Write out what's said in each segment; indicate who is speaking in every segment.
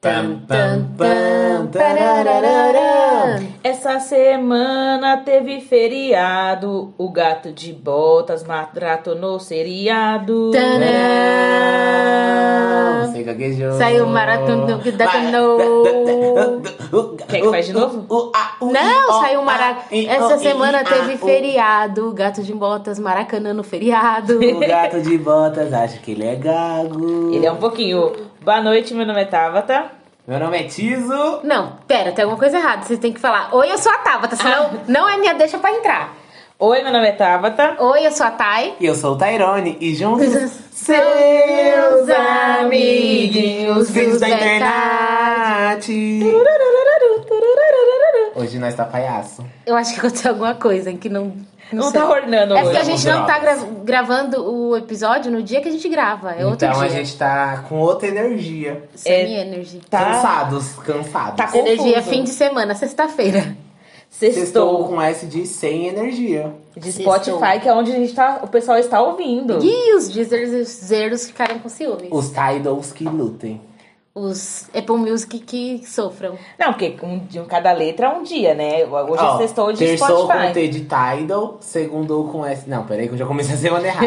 Speaker 1: Tam, tam, tam, tararararã.
Speaker 2: Essa semana teve feriado, o gato de botas matratonou seriado.
Speaker 1: Tadã!
Speaker 3: Você gaguejou.
Speaker 1: Saiu o maratonã que detonou.
Speaker 2: Quer que faz de novo?
Speaker 1: Não, saiu o maraca. Essa semana
Speaker 2: ah,
Speaker 1: teve feriado, gato de botas, maracanã no feriado.
Speaker 3: O gato de botas acha que ele é gago.
Speaker 2: Ele é um pouquinho. Boa noite, meu nome é Tabata.
Speaker 3: Meu nome é Tizo.
Speaker 1: Não, pera, tem alguma coisa errada. Vocês têm que falar, oi, eu sou a Tabata, senão não é minha deixa pra entrar.
Speaker 2: Oi, meu nome é Tabata.
Speaker 1: Oi, eu sou a Thay.
Speaker 3: E eu sou o Tyrone. E juntos.
Speaker 1: Seus amiguinhos
Speaker 3: filhos
Speaker 1: dos
Speaker 3: da internet. Hoje nós tá palhaço.
Speaker 1: Eu acho que aconteceu alguma coisa em que não...
Speaker 2: Não
Speaker 1: sei.
Speaker 2: tá ornando
Speaker 1: É
Speaker 2: hoje.
Speaker 1: porque a gente não tá
Speaker 3: drogas.
Speaker 1: gra- gravando o episódio no dia que a gente grava. É outro
Speaker 3: então
Speaker 1: dia.
Speaker 3: a gente tá com outra energia.
Speaker 1: Semi energy.
Speaker 2: Tá.
Speaker 3: Cansados, cansados.
Speaker 2: Tá com-
Speaker 1: Energia
Speaker 2: confuso.
Speaker 1: fim de semana, sexta-feira.
Speaker 3: Estou
Speaker 2: Sextou.
Speaker 3: com S de sem energia.
Speaker 2: De
Speaker 1: Sextou.
Speaker 2: Spotify, que é onde a gente tá, o pessoal está ouvindo.
Speaker 1: E os Deezers e os Zeros ficaram com ciúmes. Os,
Speaker 3: Os Tidals que lutem.
Speaker 1: Apple Music que sofram.
Speaker 2: Não, porque um, de cada letra é um dia, né? Hoje é
Speaker 3: Ó,
Speaker 2: sextou de
Speaker 3: Terçou
Speaker 2: Spotify.
Speaker 3: com T de Tidal, segundou com S. Não, peraí que eu já comecei a semana errada.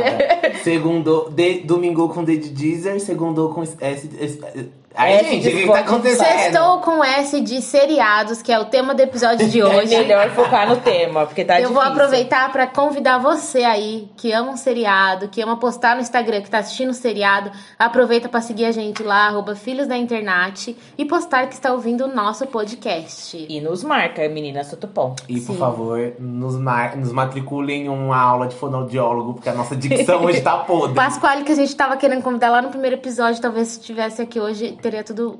Speaker 3: segundou, de, domingou com D de Deezer, segundou com S. S, S Ai,
Speaker 2: S
Speaker 3: gente,
Speaker 2: de
Speaker 3: o que, que tá
Speaker 2: Spotify.
Speaker 3: acontecendo?
Speaker 2: é,
Speaker 1: Sextou com S de seriados, que é o tema do episódio de
Speaker 2: É
Speaker 1: hoje.
Speaker 2: melhor focar no tema, porque tá
Speaker 1: Eu
Speaker 2: difícil.
Speaker 1: vou aproveitar pra convidar você aí que ama um seriado, que ama postar no Instagram, que tá assistindo um seriado, aproveita pra seguir a gente lá, arroba Filhos da Internet, e postar que está ouvindo o nosso podcast.
Speaker 2: E nos marca, menina Sotopom.
Speaker 3: E por
Speaker 1: Sim.
Speaker 3: favor, nos, mar... nos matriculem em uma aula de fonoaudiólogo, porque a nossa dicção hoje tá
Speaker 1: O
Speaker 3: podre.
Speaker 1: Pasquale, que a gente tava querendo convidar lá no primeiro episódio, talvez se estivesse aqui hoje, teria tudo.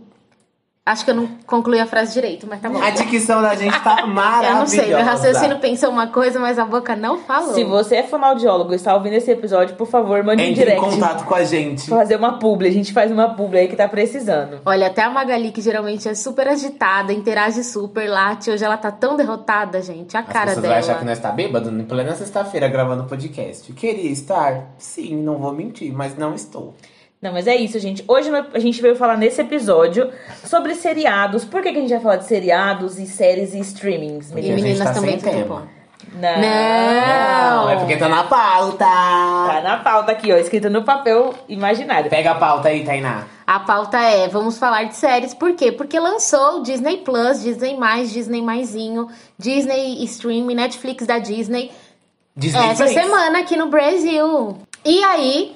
Speaker 1: Acho que eu não concluí a frase direito, mas tá bom.
Speaker 3: A dicção da gente tá maravilhosa.
Speaker 1: Eu não sei, meu raciocínio pensou uma coisa, mas a boca não falou.
Speaker 2: Se você é fonoaudiólogo e está ouvindo esse episódio, por favor, mande um
Speaker 3: Entre
Speaker 2: direct.
Speaker 3: em contato com a gente.
Speaker 2: Fazer uma publi, a gente faz uma publi aí que tá precisando.
Speaker 1: Olha, até a Magali, que geralmente é super agitada, interage super, late, hoje ela tá tão derrotada, gente. A
Speaker 3: As
Speaker 1: cara
Speaker 3: pessoas
Speaker 1: dela.
Speaker 3: vão achar que nós tá bêbado em plena sexta-feira gravando podcast. Queria estar? Sim, não vou mentir, mas não estou.
Speaker 2: Não, mas é isso, gente. Hoje a gente veio falar nesse episódio sobre seriados. Por que, que a gente vai falar de seriados e séries e streamings,
Speaker 1: E
Speaker 3: a
Speaker 2: menina?
Speaker 3: gente
Speaker 1: meninas
Speaker 3: tá sem
Speaker 1: também, tudo
Speaker 3: tema.
Speaker 1: bom.
Speaker 2: Não.
Speaker 1: Não.
Speaker 3: é porque tá na pauta!
Speaker 2: Tá na pauta aqui, ó, escrito no papel imaginário.
Speaker 3: Pega a pauta aí, Tainá.
Speaker 1: A pauta é, vamos falar de séries, por quê? Porque lançou o Disney Plus, Disney+, Disney+, Maisinho, Disney Stream, Netflix da Disney,
Speaker 3: Disney
Speaker 1: essa
Speaker 3: Plus.
Speaker 1: semana aqui no Brasil. E aí,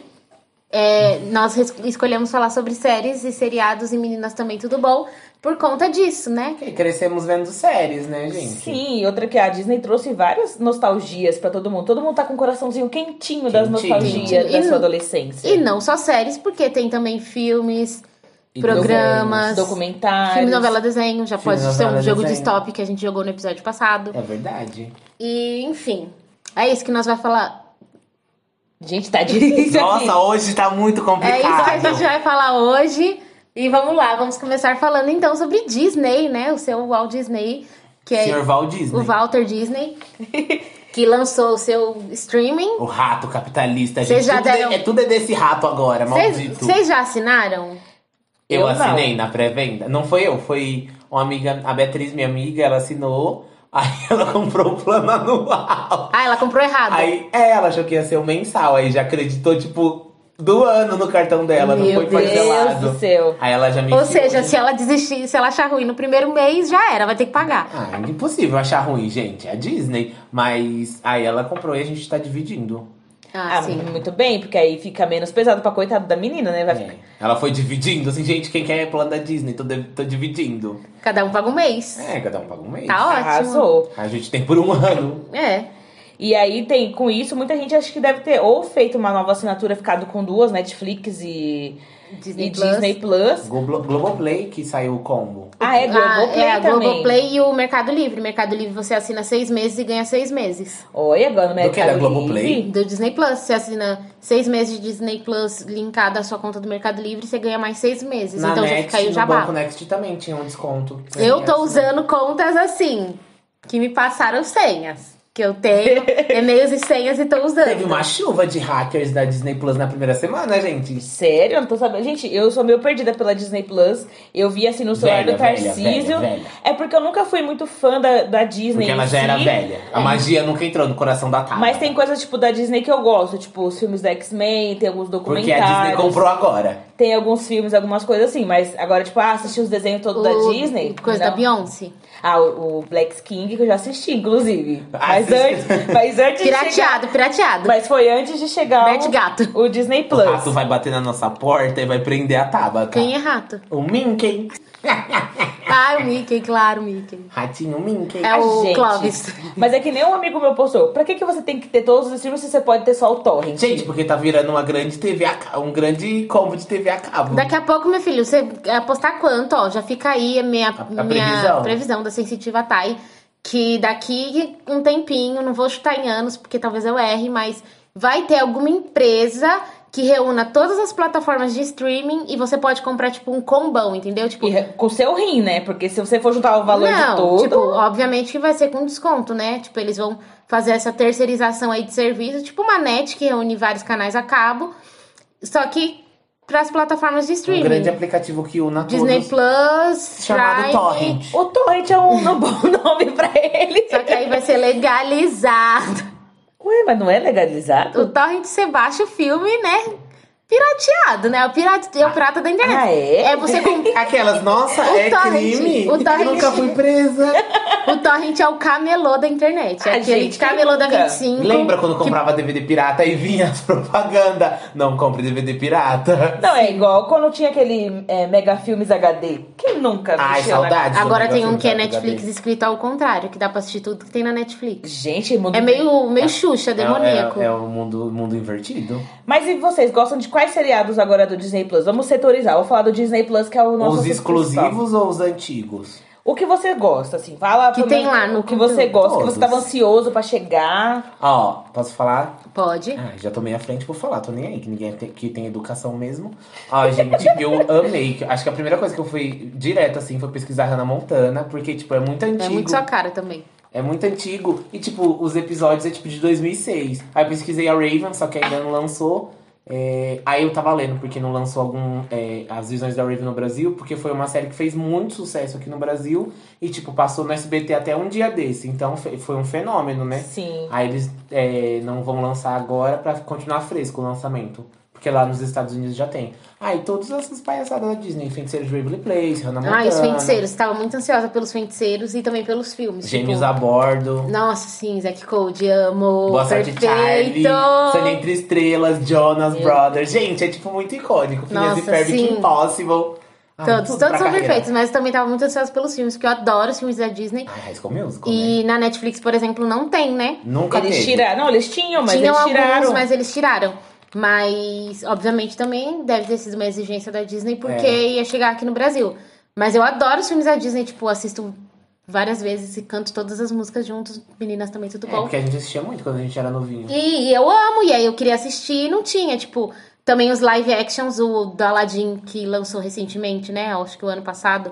Speaker 1: é, nós res- escolhemos falar sobre séries e seriados e meninas também, tudo bom? Por conta disso, né?
Speaker 3: Ok, Crescemos vendo séries, né, gente?
Speaker 2: Sim, outra que a Disney trouxe várias nostalgias pra todo mundo. Todo mundo tá com o coraçãozinho quentinho, das
Speaker 3: Quentinho.
Speaker 2: nostalgias
Speaker 1: Quentinho.
Speaker 2: da
Speaker 1: E
Speaker 2: sua
Speaker 1: não-
Speaker 2: adolescência.
Speaker 1: E não só séries, porque tem também filmes,
Speaker 3: E
Speaker 1: programas,
Speaker 2: documentários.
Speaker 1: filme, novela, desenho, já
Speaker 3: Filme,
Speaker 1: pode ser um
Speaker 3: novela,
Speaker 1: jogo de
Speaker 3: desenho.
Speaker 1: stop que a gente jogou no episódio passado.
Speaker 3: É verdade.
Speaker 1: E, enfim, é isso que nós vai falar.
Speaker 2: Gente, tá difícil aqui.
Speaker 3: Nossa, hoje tá muito complicado.
Speaker 1: É isso que a gente vai falar hoje. E vamos lá, vamos começar falando então sobre Disney, né? O seu Walt Disney, que é
Speaker 3: Senhor Walt Disney.
Speaker 1: o Walter Disney, que lançou o seu streaming.
Speaker 3: O rato capitalista,
Speaker 1: Vocês
Speaker 3: gente.
Speaker 1: já
Speaker 3: Tudo, é-
Speaker 1: deram-
Speaker 3: é, tudo é desse rato agora,
Speaker 1: Vocês
Speaker 3: maldito.
Speaker 1: vocês já assinaram?
Speaker 3: Eu,
Speaker 2: Eu
Speaker 3: assinei na pré-venda. Não foi eu, foi uma amiga, a Beatriz, minha amiga, ela assinou. Aí ela comprou o plano anual.
Speaker 1: Ah, ela comprou errado.
Speaker 3: Aí é, ela achou que ia ser o mensal, aí já acreditou, tipo, do ano no cartão dela, não
Speaker 1: Meu
Speaker 3: foi
Speaker 2: Meu
Speaker 3: parcelado.
Speaker 2: Deus do céu.
Speaker 3: Aí ela já me assim,
Speaker 1: Ou
Speaker 3: enfiou.
Speaker 1: seja, se ela desistir, se ela achar ruim no primeiro mês, já era, vai ter que pagar.
Speaker 3: Ah, impossível achar ruim, gente. É a Disney. Mas aí ela comprou e a gente tá dividindo.
Speaker 1: Ah,
Speaker 2: Ah,
Speaker 1: sim.
Speaker 2: muito bem, porque aí fica menos pesado pra coitada da menina, né? Vai
Speaker 3: É.
Speaker 2: ficar-
Speaker 3: Ela foi dividindo, assim, gente, quem quer plano da Disney? Tô, de- tô dividindo.
Speaker 1: Cada um paga um mês.
Speaker 3: É, cada um paga um mês.
Speaker 1: Tá ótimo.
Speaker 2: Arrasou.
Speaker 3: A gente tem por um ano.
Speaker 1: É.
Speaker 2: E aí tem, com isso, muita gente acho que deve ter ou feito uma nova assinatura, ficado com duas, Netflix e
Speaker 1: Disney
Speaker 2: e
Speaker 1: Plus.
Speaker 2: Disney Plus.
Speaker 3: Glo- Globoplay que saiu o combo.
Speaker 2: Ah, é Globoplay
Speaker 1: é a
Speaker 2: também.
Speaker 1: Globoplay e o Mercado Livre. Mercado Livre você assina seis meses e ganha seis meses.
Speaker 2: Olha, agora no
Speaker 3: Do que era
Speaker 2: Mercado
Speaker 3: Globoplay?
Speaker 2: Livre.
Speaker 1: Do Disney Plus, você assina seis meses de Disney Plus linkado à sua conta do Mercado Livre, você ganha mais seis meses.
Speaker 3: Na
Speaker 1: então já
Speaker 3: Next,
Speaker 1: fica aí o
Speaker 3: no
Speaker 1: jabá.
Speaker 2: né?
Speaker 3: Banco Next também tinha um desconto.
Speaker 1: Eu tô usando contas assim, que me assim, passaram senhas. que eu tenho, e-mails e senhas e tô usando.
Speaker 2: um
Speaker 3: Teve uma chuva de hackers da Disney Plus na primeira semana, gente.
Speaker 2: Sério? Eu não tô sabendo. Gente, eu sou meio perdida pela Disney Plus. Eu vi assim no celular
Speaker 3: Velha,
Speaker 2: do
Speaker 3: velha, velha,
Speaker 2: Tarcísio.
Speaker 3: velha.
Speaker 2: É porque eu nunca fui muito fã da, da Disney.
Speaker 3: Porque ela
Speaker 2: em
Speaker 3: já
Speaker 2: si,
Speaker 3: era velha. A magia nunca entrou no coração da Tata.
Speaker 2: Mas tem coisas tipo da Disney que eu gosto, tipo os filmes da X-Men, tem alguns
Speaker 3: Porque
Speaker 2: documentários.
Speaker 3: a Disney comprou agora.
Speaker 2: Tem alguns filmes, algumas coisas assim, mas agora, tipo, ah, assisti os desenhos todos da
Speaker 1: O-
Speaker 2: Disney.
Speaker 1: Coisa da
Speaker 2: não.
Speaker 1: Beyoncé.
Speaker 2: Ah, o, o Black King, que eu já assisti, inclusive.
Speaker 3: Ah,
Speaker 2: Mas antes,
Speaker 3: Assista.
Speaker 2: mas antes de. Chegar,
Speaker 1: Pirateado, pirateado.
Speaker 2: mas foi antes de chegar
Speaker 1: Bert
Speaker 2: o,
Speaker 1: Gato.
Speaker 2: o Disney
Speaker 3: O
Speaker 2: Plus.
Speaker 3: rato vai bater na nossa porta e vai prender a Tabata.
Speaker 1: Quem é rato?
Speaker 3: O Minkey.
Speaker 1: Ah, o Mickey, claro, o Mickey.
Speaker 3: Ratinho Minkey.
Speaker 1: É
Speaker 2: Ah,
Speaker 1: o
Speaker 2: gente.
Speaker 1: Clóvis.
Speaker 2: Mas é que nem um amigo meu postou. Pra que, que você tem que ter todos os streams se você pode ter só o torrent?
Speaker 3: Gente, porque tá virando uma grande TV a cabo, um grande combo de TV a cabo.
Speaker 1: Daqui a pouco, meu filho, você apostar quanto? Ó, já fica aí a minha,
Speaker 3: A- a
Speaker 1: minha
Speaker 3: previsão.
Speaker 1: previsão. da Sensitiva Thay. Que daqui um tempinho, não vou chutar em anos, porque talvez eu erre, mas vai ter alguma empresa que reúna todas as plataformas de streaming e você pode comprar, tipo, um combão, entendeu? Tipo,
Speaker 2: E re- com o seu rim, né? Porque se você for juntar o valor
Speaker 1: não,
Speaker 2: de todo.
Speaker 1: tipo, obviamente que vai ser com desconto, né? Tipo, eles vão fazer essa terceirização aí de serviço, tipo uma net que reúne vários canais a cabo, só que para as plataformas de
Speaker 3: Um
Speaker 1: streaming.
Speaker 3: grande aplicativo que una
Speaker 1: Disney
Speaker 3: todos.
Speaker 1: Plus,
Speaker 3: chamado
Speaker 1: Prime.
Speaker 3: Torrent.
Speaker 2: O torrent é um no- bom nome pra ele.
Speaker 1: tipo- Só que aí vai ser legalizado.
Speaker 2: Ué, mas não é
Speaker 1: O
Speaker 2: legalizado?
Speaker 1: Torrent você baixa o filme, né? Pirateado, né? O pirata, é o pirata da internet.
Speaker 2: Ah, é?
Speaker 1: É você com...
Speaker 3: Aquelas, nossa,
Speaker 1: O
Speaker 3: é
Speaker 1: Torrent,
Speaker 3: crime.
Speaker 1: o Torrent.
Speaker 3: Nunca fui presa.
Speaker 1: O Torrent é o camelô da internet. É
Speaker 2: Ah,
Speaker 1: aquele
Speaker 2: gente,
Speaker 1: camelô da
Speaker 2: nunca.
Speaker 1: 25.
Speaker 3: Lembra quando comprava DVD pirata e vinha as propaganda? Não compre DVD pirata.
Speaker 2: Não, é igual quando tinha aquele é, Mega Filmes HD. Quem nunca
Speaker 3: Ai,
Speaker 2: mexeu na-
Speaker 3: saudades.
Speaker 1: Agora
Speaker 3: do
Speaker 1: tem um
Speaker 3: negócio
Speaker 1: que é
Speaker 3: da
Speaker 1: Netflix
Speaker 3: HD.
Speaker 1: escrito ao contrário, que dá pra assistir tudo que tem na Netflix.
Speaker 2: Gente, mundo...
Speaker 1: É meio, meio Xuxa, demoníaco.
Speaker 3: É, é, é o mundo, mundo invertido.
Speaker 2: Mas e vocês gostam de quais seriados agora do Disney Plus? Vamos setorizar. Vou falar do Disney Plus, que é o nosso.
Speaker 3: os
Speaker 2: assunto principal.
Speaker 3: exclusivos ou os antigos?
Speaker 2: O que você gosta, assim? Fala
Speaker 1: Que
Speaker 2: pra
Speaker 1: tem
Speaker 2: mim
Speaker 1: lá no
Speaker 2: o que você
Speaker 1: conteúdo.
Speaker 2: gosta, que você
Speaker 3: Todos.
Speaker 2: tava ansioso pra chegar.
Speaker 3: Ó, posso falar?
Speaker 1: Pode. É
Speaker 3: Ah, já tomei a frente por falar, tô nem aí, que ninguém tem, que tem educação mesmo. Ó, gente, eu amei. que- Acho que a primeira coisa que eu fui direto, assim, foi pesquisar Hannah Montana, porque, tipo, é muito antigo.
Speaker 1: É muito sua cara também.
Speaker 3: É muito antigo. E, tipo, os episódios é, tipo, de 2006. Aí eu pesquisei a Raven, só que ainda não lançou. É, aí eu tava lendo porque não lançou algum é, as visões da Raven no Brasil, porque foi uma série que fez muito sucesso aqui no Brasil e, tipo, passou no SBT até um dia desse. Então fe- foi um fenômeno, né?
Speaker 2: Sim.
Speaker 3: Aí eles é, não vão lançar agora pra continuar fresco o lançamento. Porque lá nos Estados Unidos já tem. Ah, e todas essas palhaçadas da Disney. Feiticeiros de Waverly Place, Hannah Montana.
Speaker 1: Ah, e os feiticeiros. Tava muito ansiosa pelos feiticeiros e também pelos filmes.
Speaker 3: Gêmeos
Speaker 1: tipo-
Speaker 3: a Bordo.
Speaker 1: Nossa, sim, Zack Cold, amo.
Speaker 3: Boa sorte,
Speaker 1: Perfeito.
Speaker 3: Charlie. Sonho entre estrelas, Jonas Brothers. Gente, é tipo muito icônico. Filhas de
Speaker 1: Nossa,
Speaker 3: Fairbank
Speaker 1: sim.
Speaker 3: Impossible. Ah, tudo
Speaker 1: Todos,
Speaker 3: pra
Speaker 1: todos são
Speaker 3: carreira.
Speaker 1: perfeitos, mas eu também tava muito ansiosa pelos filmes, porque eu adoro os filmes da Disney.
Speaker 3: Ai, High School Musical, né?
Speaker 1: E na Netflix, por exemplo, não tem, né?
Speaker 3: Nunca
Speaker 2: eles
Speaker 3: teve. É,
Speaker 2: tiraram. Não, eles tinham, mas
Speaker 1: Tinham
Speaker 2: eles tiraram.
Speaker 1: alguns, mas eles tiraram. Mas, obviamente, também deve ter sido uma exigência da Disney, porque
Speaker 3: É.
Speaker 1: ia chegar aqui no Brasil. Mas eu adoro os filmes da Disney, tipo, assisto várias vezes e canto todas as músicas juntos. Meninas também, tudo
Speaker 3: É,
Speaker 1: bom?
Speaker 3: porque a gente assistia muito quando a gente era novinho.
Speaker 1: E, e eu amo, e aí eu queria assistir e não tinha, tipo, também os live actions, o do Aladdin que lançou recentemente, né? Acho que o ano passado.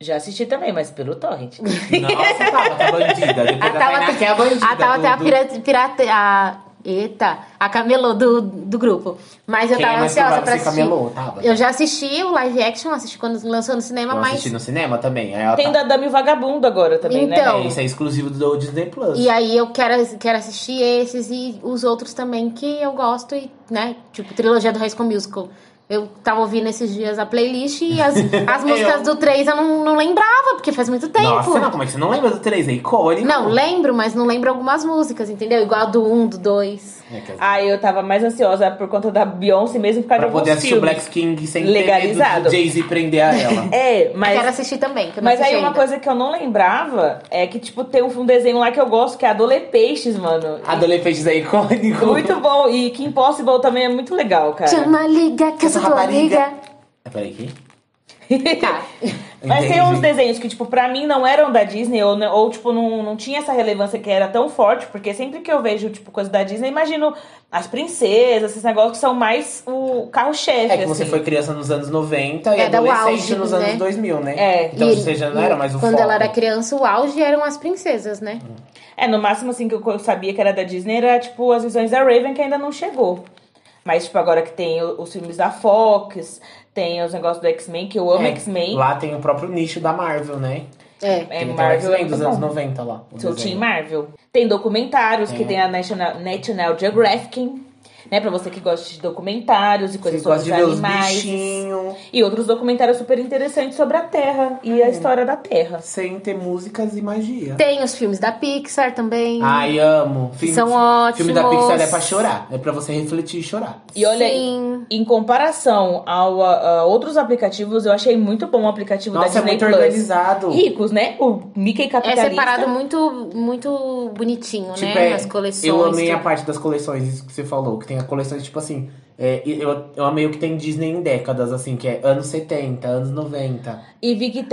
Speaker 2: Já assisti também, mas pelo Torrent.
Speaker 3: Ah, Nossa, tava, tá bandida. Depois a Tainá que é a bandida.
Speaker 1: Ah, a Tabata
Speaker 3: do-
Speaker 1: é a
Speaker 3: do-
Speaker 1: pirata, pirata a, eita, a camelô do, do grupo. Mas eu
Speaker 3: Quem é
Speaker 1: tava
Speaker 3: mais
Speaker 1: ansiosa
Speaker 3: provável
Speaker 1: pra
Speaker 3: ser
Speaker 1: assistir.
Speaker 3: camelô? Tabata.
Speaker 1: Eu já assisti o live action, assisti quando lançou no cinema,
Speaker 3: Eu
Speaker 1: mas.
Speaker 3: assisti no cinema também. Aí ela
Speaker 2: Tem
Speaker 3: tá...
Speaker 2: da Dami Vagabundo agora também, né?
Speaker 1: Então.
Speaker 3: É, isso é exclusivo do Disney Plus.
Speaker 1: E é aí eu quero, quero assistir esses e os outros também que eu gosto, e, né? Tipo, trilogia do High School Musical. Eu tava ouvindo esses dias a playlist e as, as músicas do 3 eu não, não lembrava, porque faz muito tempo.
Speaker 3: Nossa, não, como é que você não lembra do 3? É icônico.
Speaker 1: Não, lembro, mas não lembro algumas músicas, entendeu? Igual a do 1, do 2.
Speaker 3: É, quer dizer,
Speaker 2: Aí eu tava mais ansiosa por conta da Beyoncé mesmo por causa
Speaker 3: pra
Speaker 2: de alguns
Speaker 3: poder assistir o
Speaker 2: filmes.
Speaker 3: Black King sem ter medo
Speaker 2: Legalizado.
Speaker 3: do Jay-Z prender a ela.
Speaker 2: É, mas.
Speaker 1: Quero assistir também, que eu não
Speaker 2: Mas aí
Speaker 1: assisti
Speaker 2: uma
Speaker 1: ainda.
Speaker 2: coisa que eu não lembrava é que, tipo, tem um, um desenho lá que eu gosto, que é a Dole Peixes, mano.
Speaker 3: Adolescentes é icônico.
Speaker 2: Muito bom. E Kim Possible também é muito legal, cara.
Speaker 1: Chama a liga, que eu
Speaker 3: Essa
Speaker 1: sou tua
Speaker 3: rapariga.
Speaker 1: amiga.
Speaker 3: Ah, Peraí, que?
Speaker 1: Tá.
Speaker 2: Mas tem
Speaker 3: Entendi.
Speaker 2: uns desenhos que, tipo, pra mim não eram da Disney, ou, né, ou tipo, não, não tinha essa relevância que era tão forte, porque sempre que eu vejo, tipo, coisa da Disney, imagino as princesas, esses negócios que são mais o carro-chefe,
Speaker 3: É que você
Speaker 2: assim.
Speaker 3: foi criança nos anos 90 e
Speaker 1: É, da
Speaker 3: adolescente
Speaker 1: auge,
Speaker 3: nos
Speaker 1: né?
Speaker 3: anos 2000, né?
Speaker 2: É.
Speaker 3: Então
Speaker 1: E-
Speaker 3: você já não era mais o
Speaker 1: Quando
Speaker 3: foco. Hum.
Speaker 1: ela era criança, o auge eram as princesas, né?
Speaker 2: É, no máximo, assim, que eu eu sabia que era da Disney era, tipo, as visões da Raven, que ainda não chegou. Mas, tipo, agora que tem o- os filmes da Fox, tem os negócios do X-Men, que eu amo
Speaker 3: É,
Speaker 2: X-Men.
Speaker 3: Lá tem o próprio nicho da Marvel, né?
Speaker 1: É.
Speaker 2: É,
Speaker 3: tem até o
Speaker 2: Marvel é
Speaker 3: X-Men
Speaker 2: muito
Speaker 3: dos anos
Speaker 2: bom.
Speaker 3: 90 lá. o
Speaker 2: Sou
Speaker 3: desenho. É.
Speaker 2: Team Marvel. Tem documentários que
Speaker 3: Tem.
Speaker 2: tem a National, National Geographic, né? Pra você que gosta de documentários e coisas
Speaker 3: Vocês
Speaker 2: sobre
Speaker 3: gostam
Speaker 2: os
Speaker 3: de ver os
Speaker 2: animais.
Speaker 3: bichinhos,
Speaker 2: E outros documentários super interessantes sobre a Terra e
Speaker 3: Uhum.
Speaker 2: a história da Terra.
Speaker 3: sem ter músicas e magia.
Speaker 1: Tem os filmes da Pixar também.
Speaker 3: Ai, amo. Filme,
Speaker 1: São
Speaker 3: Filme da
Speaker 1: ótimos.
Speaker 3: Pixar é pra chorar. É pra você refletir e chorar.
Speaker 2: E olha aí,
Speaker 1: Sim.
Speaker 2: Em comparação ao, a, a outros aplicativos, eu achei muito bom o aplicativo
Speaker 3: Nossa,
Speaker 2: da
Speaker 3: é
Speaker 2: Disney
Speaker 3: muito
Speaker 2: Plus.
Speaker 3: organizado.
Speaker 2: Ricos, né? O Mickey
Speaker 1: É
Speaker 2: Capitalista.
Speaker 1: separado muito, muito bonitinho,
Speaker 3: Tipo,
Speaker 1: né?
Speaker 3: é,
Speaker 1: As coleções.
Speaker 3: eu amei a
Speaker 1: tudo.
Speaker 3: parte das coleções, isso que você falou. Que tem a coleção, tipo assim... é, e eu, eu amei o que tem Disney em décadas, assim. Que é anos 70, anos 90.
Speaker 2: E vi que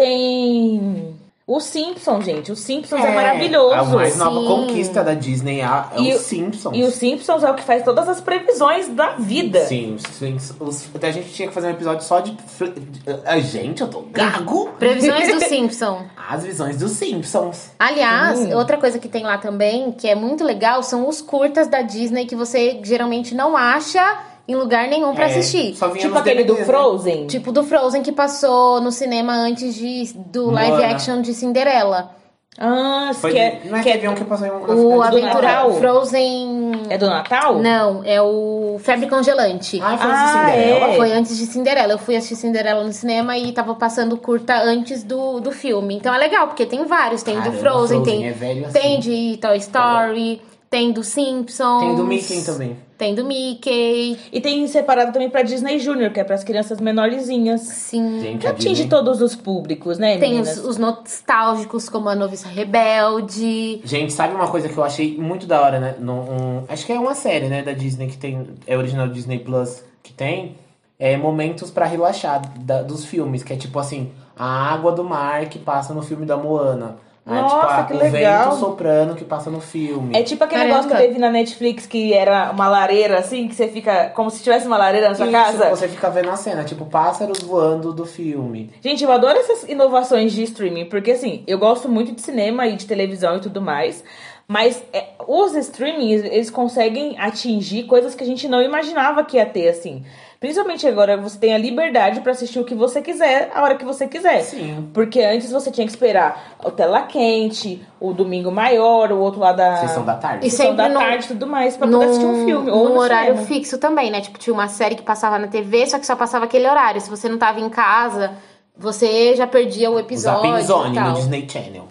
Speaker 2: tem o Simpsons, gente. O Simpsons é,
Speaker 3: É,
Speaker 2: maravilhoso.
Speaker 3: A mais nova
Speaker 1: Sim.
Speaker 3: conquista da Disney é, a- é
Speaker 2: E
Speaker 3: os
Speaker 2: o-
Speaker 3: Simpsons.
Speaker 2: E o Simpsons é o que faz todas as previsões da vida.
Speaker 3: Sim, sim, os- até a gente tinha que fazer um episódio só de. fl- de- A gente, eu tô gago!
Speaker 1: Previsões do Simpson.
Speaker 3: As visões dos Simpsons.
Speaker 1: Aliás,
Speaker 2: Sim.
Speaker 1: outra coisa que tem lá também, que é muito legal, são os curtas da Disney que você geralmente não acha em lugar nenhum pra
Speaker 3: É,
Speaker 1: assistir.
Speaker 3: Só vinha
Speaker 2: Tipo
Speaker 3: nos
Speaker 2: aquele do
Speaker 3: DVDs, né?
Speaker 2: Frozen.
Speaker 1: Tipo do Frozen que passou no cinema antes de, do
Speaker 3: Moana.
Speaker 1: live action de Cinderela.
Speaker 2: Ah,
Speaker 3: Foi
Speaker 2: que é,
Speaker 3: de- não é
Speaker 2: que
Speaker 3: que
Speaker 2: é,
Speaker 3: avião que passou em uma
Speaker 1: O
Speaker 2: do
Speaker 1: Aventura
Speaker 2: Natal?
Speaker 1: Frozen.
Speaker 2: é do Natal?
Speaker 1: Não, é o Febre Congelante.
Speaker 3: Ai, foi
Speaker 2: Ah,
Speaker 3: ah, Cinderela.
Speaker 2: é.
Speaker 1: Foi antes de Cinderela. Eu fui assistir Cinderela no cinema e tava passando curta antes do, do filme. Então é legal, porque tem vários. Tem do
Speaker 3: Caramba,
Speaker 1: Frozen, tem,
Speaker 3: É velho assim.
Speaker 1: tem de Toy Story, tem do Simpsons.
Speaker 3: Tem do Mickey também.
Speaker 1: Tem do Mickey.
Speaker 2: E tem separado também pra Disney Junior, que é pras crianças menorzinhas.
Speaker 1: Sim.
Speaker 3: Gente,
Speaker 2: Que
Speaker 3: a
Speaker 2: atinge
Speaker 3: Disney-
Speaker 2: todos os públicos, né,
Speaker 1: Tem
Speaker 2: meninas?
Speaker 1: os, os nostálgicos, como a Noviça Rebelde.
Speaker 3: Gente, sabe uma coisa que eu achei muito da hora, né? Num- um- acho que é uma série, né, da Disney que tem. É original Disney Plus que tem. É momentos pra relaxar da- dos filmes, que é tipo assim, a água do mar que passa no filme da Moana. Aí, tipo,
Speaker 2: Nossa,
Speaker 3: a-
Speaker 2: que
Speaker 3: o
Speaker 2: legal.
Speaker 3: vento soprano que passa no filme.
Speaker 2: É tipo aquele
Speaker 1: Caramba.
Speaker 2: negócio que teve na Netflix que era uma lareira, assim, que você fica como se tivesse uma lareira na sua
Speaker 3: Isso,
Speaker 2: casa.
Speaker 3: Você fica vendo a cena, tipo, pássaros voando do filme.
Speaker 2: Gente, eu adoro essas inovações de streaming, porque assim, eu gosto muito de cinema e de televisão e tudo mais. Mas é, os streamings, eles conseguem atingir coisas que a gente não imaginava que ia ter, assim. Principalmente agora, você tem a liberdade pra assistir o que você quiser, a hora que você quiser.
Speaker 3: Sim.
Speaker 2: Porque antes você tinha que esperar o Tela Quente, o Domingo Maior, o outro lá da...
Speaker 3: Sessão da tarde.
Speaker 1: E
Speaker 2: Sessão
Speaker 1: sempre
Speaker 2: da
Speaker 1: no-
Speaker 2: tarde e tudo mais, pra
Speaker 1: num,
Speaker 2: poder assistir um filme. Ou
Speaker 1: num
Speaker 2: no
Speaker 1: horário
Speaker 2: cinema.
Speaker 1: fixo também, né? Tipo, tinha uma série que passava na TV, só que só passava aquele horário. Se você não tava em casa, você já perdia o
Speaker 3: Os
Speaker 1: episódio.
Speaker 3: Zapping Zone né?
Speaker 1: e tal.
Speaker 3: no Disney Channel.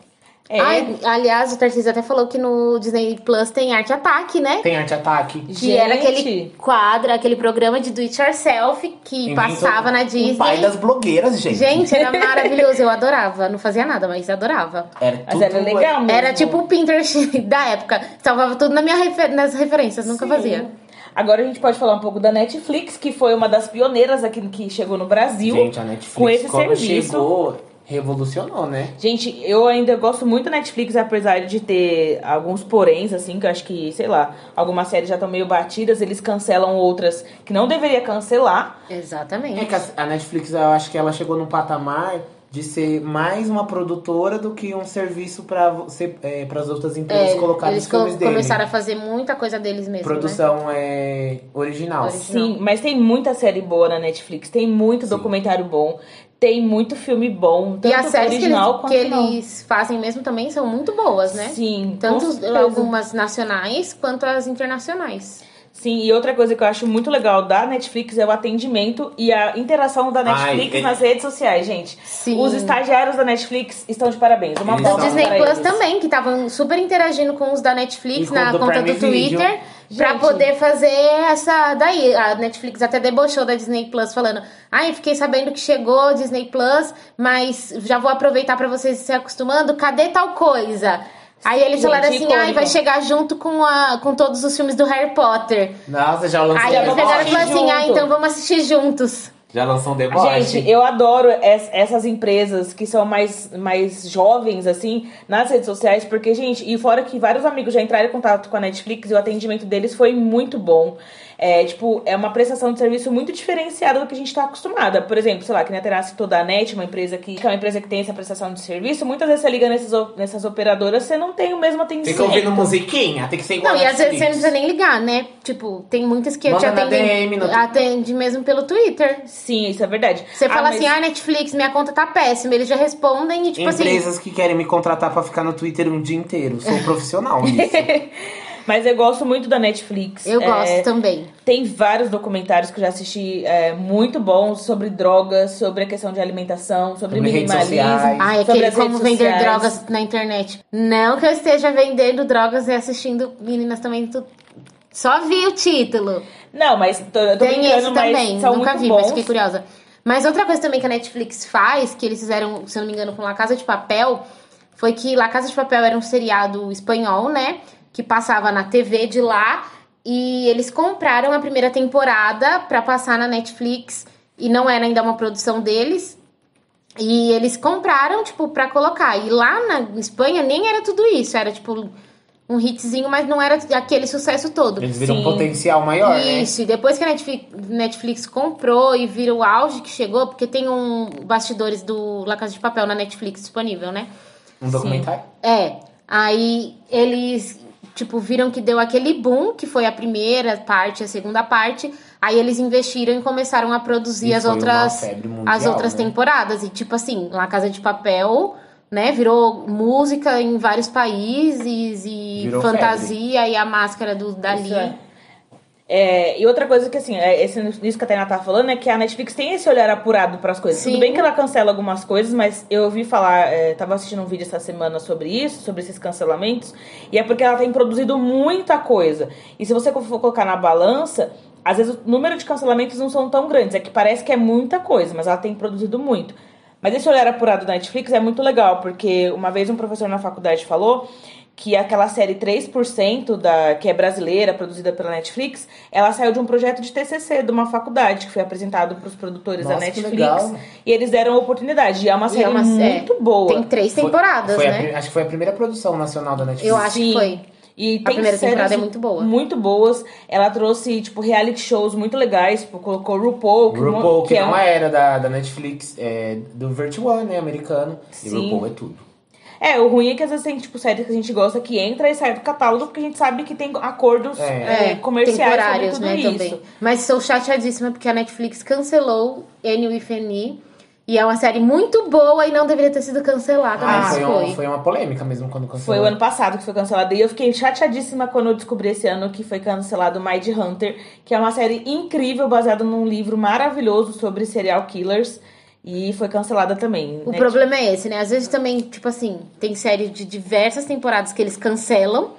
Speaker 2: É.
Speaker 1: Ai, aliás, o Tarcísio até falou que no Disney Plus tem Arte Ataque, né?
Speaker 3: Tem Arte Ataque.
Speaker 1: Que
Speaker 2: Gente.
Speaker 1: era aquele quadro, aquele programa de Do It Yourself que
Speaker 3: Inventa
Speaker 1: passava na Disney.
Speaker 3: O um pai das blogueiras, gente.
Speaker 1: Gente, era maravilhoso. Eu adorava. Não fazia nada, mas adorava.
Speaker 3: Era
Speaker 2: Mas
Speaker 3: É tudo
Speaker 2: era legal mesmo.
Speaker 1: Era tipo o Pinterest da época. Salvava tudo na minha refer- nas referências, nunca
Speaker 3: Sim.
Speaker 1: fazia.
Speaker 2: Agora a gente pode falar um pouco da Netflix, que foi uma das pioneiras aqui que chegou no Brasil.
Speaker 3: Gente, a Netflix,
Speaker 2: com esse
Speaker 3: quando
Speaker 2: serviço.
Speaker 3: chegou, revolucionou, né?
Speaker 2: Gente, eu ainda gosto muito da Netflix, apesar de ter alguns poréns, assim, que eu acho que, sei lá, algumas séries já estão meio batidas, eles cancelam outras que não deveria cancelar.
Speaker 3: É
Speaker 1: Exatamente.
Speaker 3: que a, a Netflix, eu acho que ela chegou num patamar de ser mais uma produtora do que um serviço pra você, é, pras outras empresas
Speaker 1: É,
Speaker 3: colocarem
Speaker 1: eles
Speaker 3: os filmes
Speaker 1: co-
Speaker 3: dele.
Speaker 1: começaram a fazer muita coisa deles mesmo. né?
Speaker 3: Produção é, original.
Speaker 1: Original.
Speaker 2: Sim, mas tem muita série boa na Netflix, tem muito documentário bom, tem muito filme bom, tanto
Speaker 1: E as séries que
Speaker 2: original
Speaker 1: eles, que
Speaker 2: quanto não.
Speaker 1: eles fazem mesmo também são muito boas, né?
Speaker 2: Sim,
Speaker 1: Tanto
Speaker 2: com certeza.
Speaker 1: algumas nacionais quanto as internacionais.
Speaker 2: Sim, e outra coisa que eu acho muito legal da Netflix é o atendimento e a interação da
Speaker 3: Ai,
Speaker 2: Netflix
Speaker 3: é-
Speaker 2: nas redes sociais, gente.
Speaker 1: Sim.
Speaker 2: Os estagiários da Netflix estão de parabéns. Uma
Speaker 3: Eles
Speaker 1: Os
Speaker 2: palma
Speaker 3: são-
Speaker 1: Disney
Speaker 2: pra
Speaker 1: Plus
Speaker 2: eles.
Speaker 1: também, que estavam super interagindo com os da
Speaker 3: E
Speaker 1: Netflix
Speaker 3: com
Speaker 1: na
Speaker 3: o do
Speaker 1: conta do
Speaker 3: Prime Video.
Speaker 1: Twitter pra
Speaker 2: Gente.
Speaker 1: poder fazer essa. Daí, a Netflix até debochou da Disney Plus falando: ai, fiquei sabendo que chegou a Disney Plus, mas já vou aproveitar pra vocês se acostumando, cadê tal coisa? Aí eles
Speaker 2: Gente,
Speaker 1: falaram assim,
Speaker 2: icônico.
Speaker 1: ai, vai chegar junto com, a, com todos os filmes do Harry Potter.
Speaker 3: Nossa, já lançou
Speaker 1: Aí
Speaker 2: já
Speaker 3: um
Speaker 1: eles
Speaker 2: vamos
Speaker 1: pegaram e
Speaker 3: deboche.
Speaker 1: falaram assim,
Speaker 2: junto.
Speaker 1: ah, então vamos assistir juntos.
Speaker 3: Já lançou um deboche.
Speaker 2: Gente, eu adoro es- essas empresas que são mais, mais jovens, assim, nas redes sociais, porque, gente, e fora que vários amigos já entraram em contato com a Netflix e o atendimento deles foi muito bom. É, tipo, é uma prestação de serviço muito diferenciada do que a gente está acostumada. Por exemplo, sei lá, que nem a Terá citou da NET, uma empresa que, que é uma empresa que tem essa prestação de serviço, muitas vezes você liga nessas, o- nessas operadoras, você não tem o mesmo
Speaker 3: Tem que
Speaker 2: atendimento.
Speaker 3: ouvir musiquinha, tem que ser igual
Speaker 1: Não,
Speaker 3: a
Speaker 1: e às vezes você não
Speaker 3: Netflix.
Speaker 1: precisa nem ligar, né? Tipo, tem muitas que te
Speaker 3: Manda na
Speaker 1: atendem.
Speaker 3: DM, no-
Speaker 1: Atende mesmo pelo Twitter.
Speaker 2: Sim, isso é verdade.
Speaker 1: Você
Speaker 2: Ah,
Speaker 1: fala
Speaker 2: mas-
Speaker 1: assim, ah, Netflix, minha conta tá péssima. Eles já respondem e, tipo assim.
Speaker 3: Empresas que querem me contratar pra ficar no Twitter um dia inteiro. Sou profissional nisso.
Speaker 2: Mas eu gosto muito da Netflix.
Speaker 1: Eu
Speaker 2: É,
Speaker 1: gosto também.
Speaker 2: Tem vários documentários que eu já assisti é, muito bons sobre drogas, sobre a questão de alimentação, sobre,
Speaker 3: Sobre redes
Speaker 2: minimalismo.
Speaker 3: sociais.
Speaker 1: Ah, é
Speaker 2: sobre
Speaker 1: aquele
Speaker 2: as
Speaker 1: como
Speaker 2: redes
Speaker 1: vender
Speaker 2: sociais.
Speaker 1: drogas na internet. Não que eu esteja vendendo drogas e assistindo meninas também. Tu... Só vi o título.
Speaker 2: Não, mas tô, eu tô
Speaker 1: Tem
Speaker 2: brincando,
Speaker 1: esse
Speaker 2: mas
Speaker 1: também,
Speaker 2: são
Speaker 1: nunca
Speaker 2: muito
Speaker 1: vi,
Speaker 2: bons.
Speaker 1: mas fiquei curiosa. Mas outra coisa também que a Netflix faz, que eles fizeram, se eu não me engano, com La Casa de Papel, foi que La Casa de Papel era um seriado espanhol, né? Que passava na TV de lá. E eles compraram a primeira temporada pra passar na Netflix. E não era ainda uma produção deles. E eles compraram, tipo, pra colocar. E lá na Espanha nem era tudo isso. Era, tipo, um hitzinho, mas não era aquele sucesso todo.
Speaker 3: Eles viram
Speaker 2: Sim.
Speaker 3: um potencial maior, né?
Speaker 1: Isso, e depois que a Netflix, Netflix comprou e vira o auge que chegou, porque tem um bastidores do La Casa de Papel na Netflix disponível, né?
Speaker 3: Um documentário.
Speaker 1: É. Aí eles, tipo, viram que deu aquele boom, que foi a primeira parte, a segunda parte. Aí eles investiram e começaram a produzir
Speaker 3: E
Speaker 1: as
Speaker 3: foi uma
Speaker 1: outras
Speaker 3: febre mundial,
Speaker 1: as outras
Speaker 3: né?
Speaker 1: temporadas. E tipo assim, La Casa de Papel, né, virou música em vários países e
Speaker 3: Virou
Speaker 1: fantasia e a máscara do Dali.
Speaker 2: Isso é. É, e outra coisa que, assim, é, esse, isso que a Tainá tá falando é que a Netflix tem esse olhar apurado pras coisas.
Speaker 1: Sim.
Speaker 2: Tudo bem que ela cancela algumas coisas, mas eu ouvi falar, é, tava assistindo um vídeo essa semana sobre isso, sobre esses cancelamentos, e é porque ela tem produzido muita coisa. E se você for colocar na balança, às vezes o número de cancelamentos não são tão grandes, é que parece que é muita coisa, mas ela tem produzido muito. Mas esse olhar apurado da Netflix é muito legal, porque uma vez um professor na faculdade falou que aquela série 3% da que é brasileira, produzida pela Netflix, ela saiu de um projeto de TCC de uma faculdade que foi apresentado para os produtores da
Speaker 3: Nossa, que
Speaker 2: Netflix
Speaker 3: legal.
Speaker 2: e eles deram a oportunidade. E é uma
Speaker 1: E
Speaker 2: série
Speaker 1: é uma série.
Speaker 2: muito boa.
Speaker 1: Tem três temporadas,
Speaker 3: Foi a
Speaker 1: né?
Speaker 3: pri- acho que foi a primeira produção nacional da Netflix.
Speaker 1: Eu acho que
Speaker 2: Sim.
Speaker 1: foi.
Speaker 2: E
Speaker 1: A primeira
Speaker 2: séries
Speaker 1: temporada é muito boa.
Speaker 2: Muito boas. Ela trouxe, tipo, reality shows muito legais. Tipo, colocou RuPaul, que,
Speaker 3: RuPaul, que,
Speaker 2: que é
Speaker 3: não
Speaker 2: um-
Speaker 3: era da, da Netflix, é do Virtual, né, americano. E
Speaker 2: Sim.
Speaker 3: RuPaul é tudo.
Speaker 2: É, o ruim é que às vezes tem, tipo, séries que a gente gosta que entra e sai do catálogo, porque a gente sabe que tem acordos
Speaker 3: É.
Speaker 2: é, comerciais sobre
Speaker 1: temporários,
Speaker 2: tudo
Speaker 1: né,
Speaker 2: isso.
Speaker 1: também. Mas sou chateadíssima porque a Netflix cancelou N with N. E é uma série muito boa e não deveria ter sido cancelada,
Speaker 3: Aí
Speaker 1: mas
Speaker 3: foi,
Speaker 1: foi.
Speaker 3: um- foi uma polêmica mesmo quando cancelou.
Speaker 2: Foi o ano passado que foi cancelado. E eu fiquei chateadíssima quando eu descobri esse ano que foi cancelado Mind Hunter, que é uma série incrível baseada num livro maravilhoso sobre serial killers. E foi cancelada também.
Speaker 1: O
Speaker 2: né?
Speaker 1: problema é esse, né? Às vezes também, tipo assim, tem série de diversas temporadas que eles cancelam.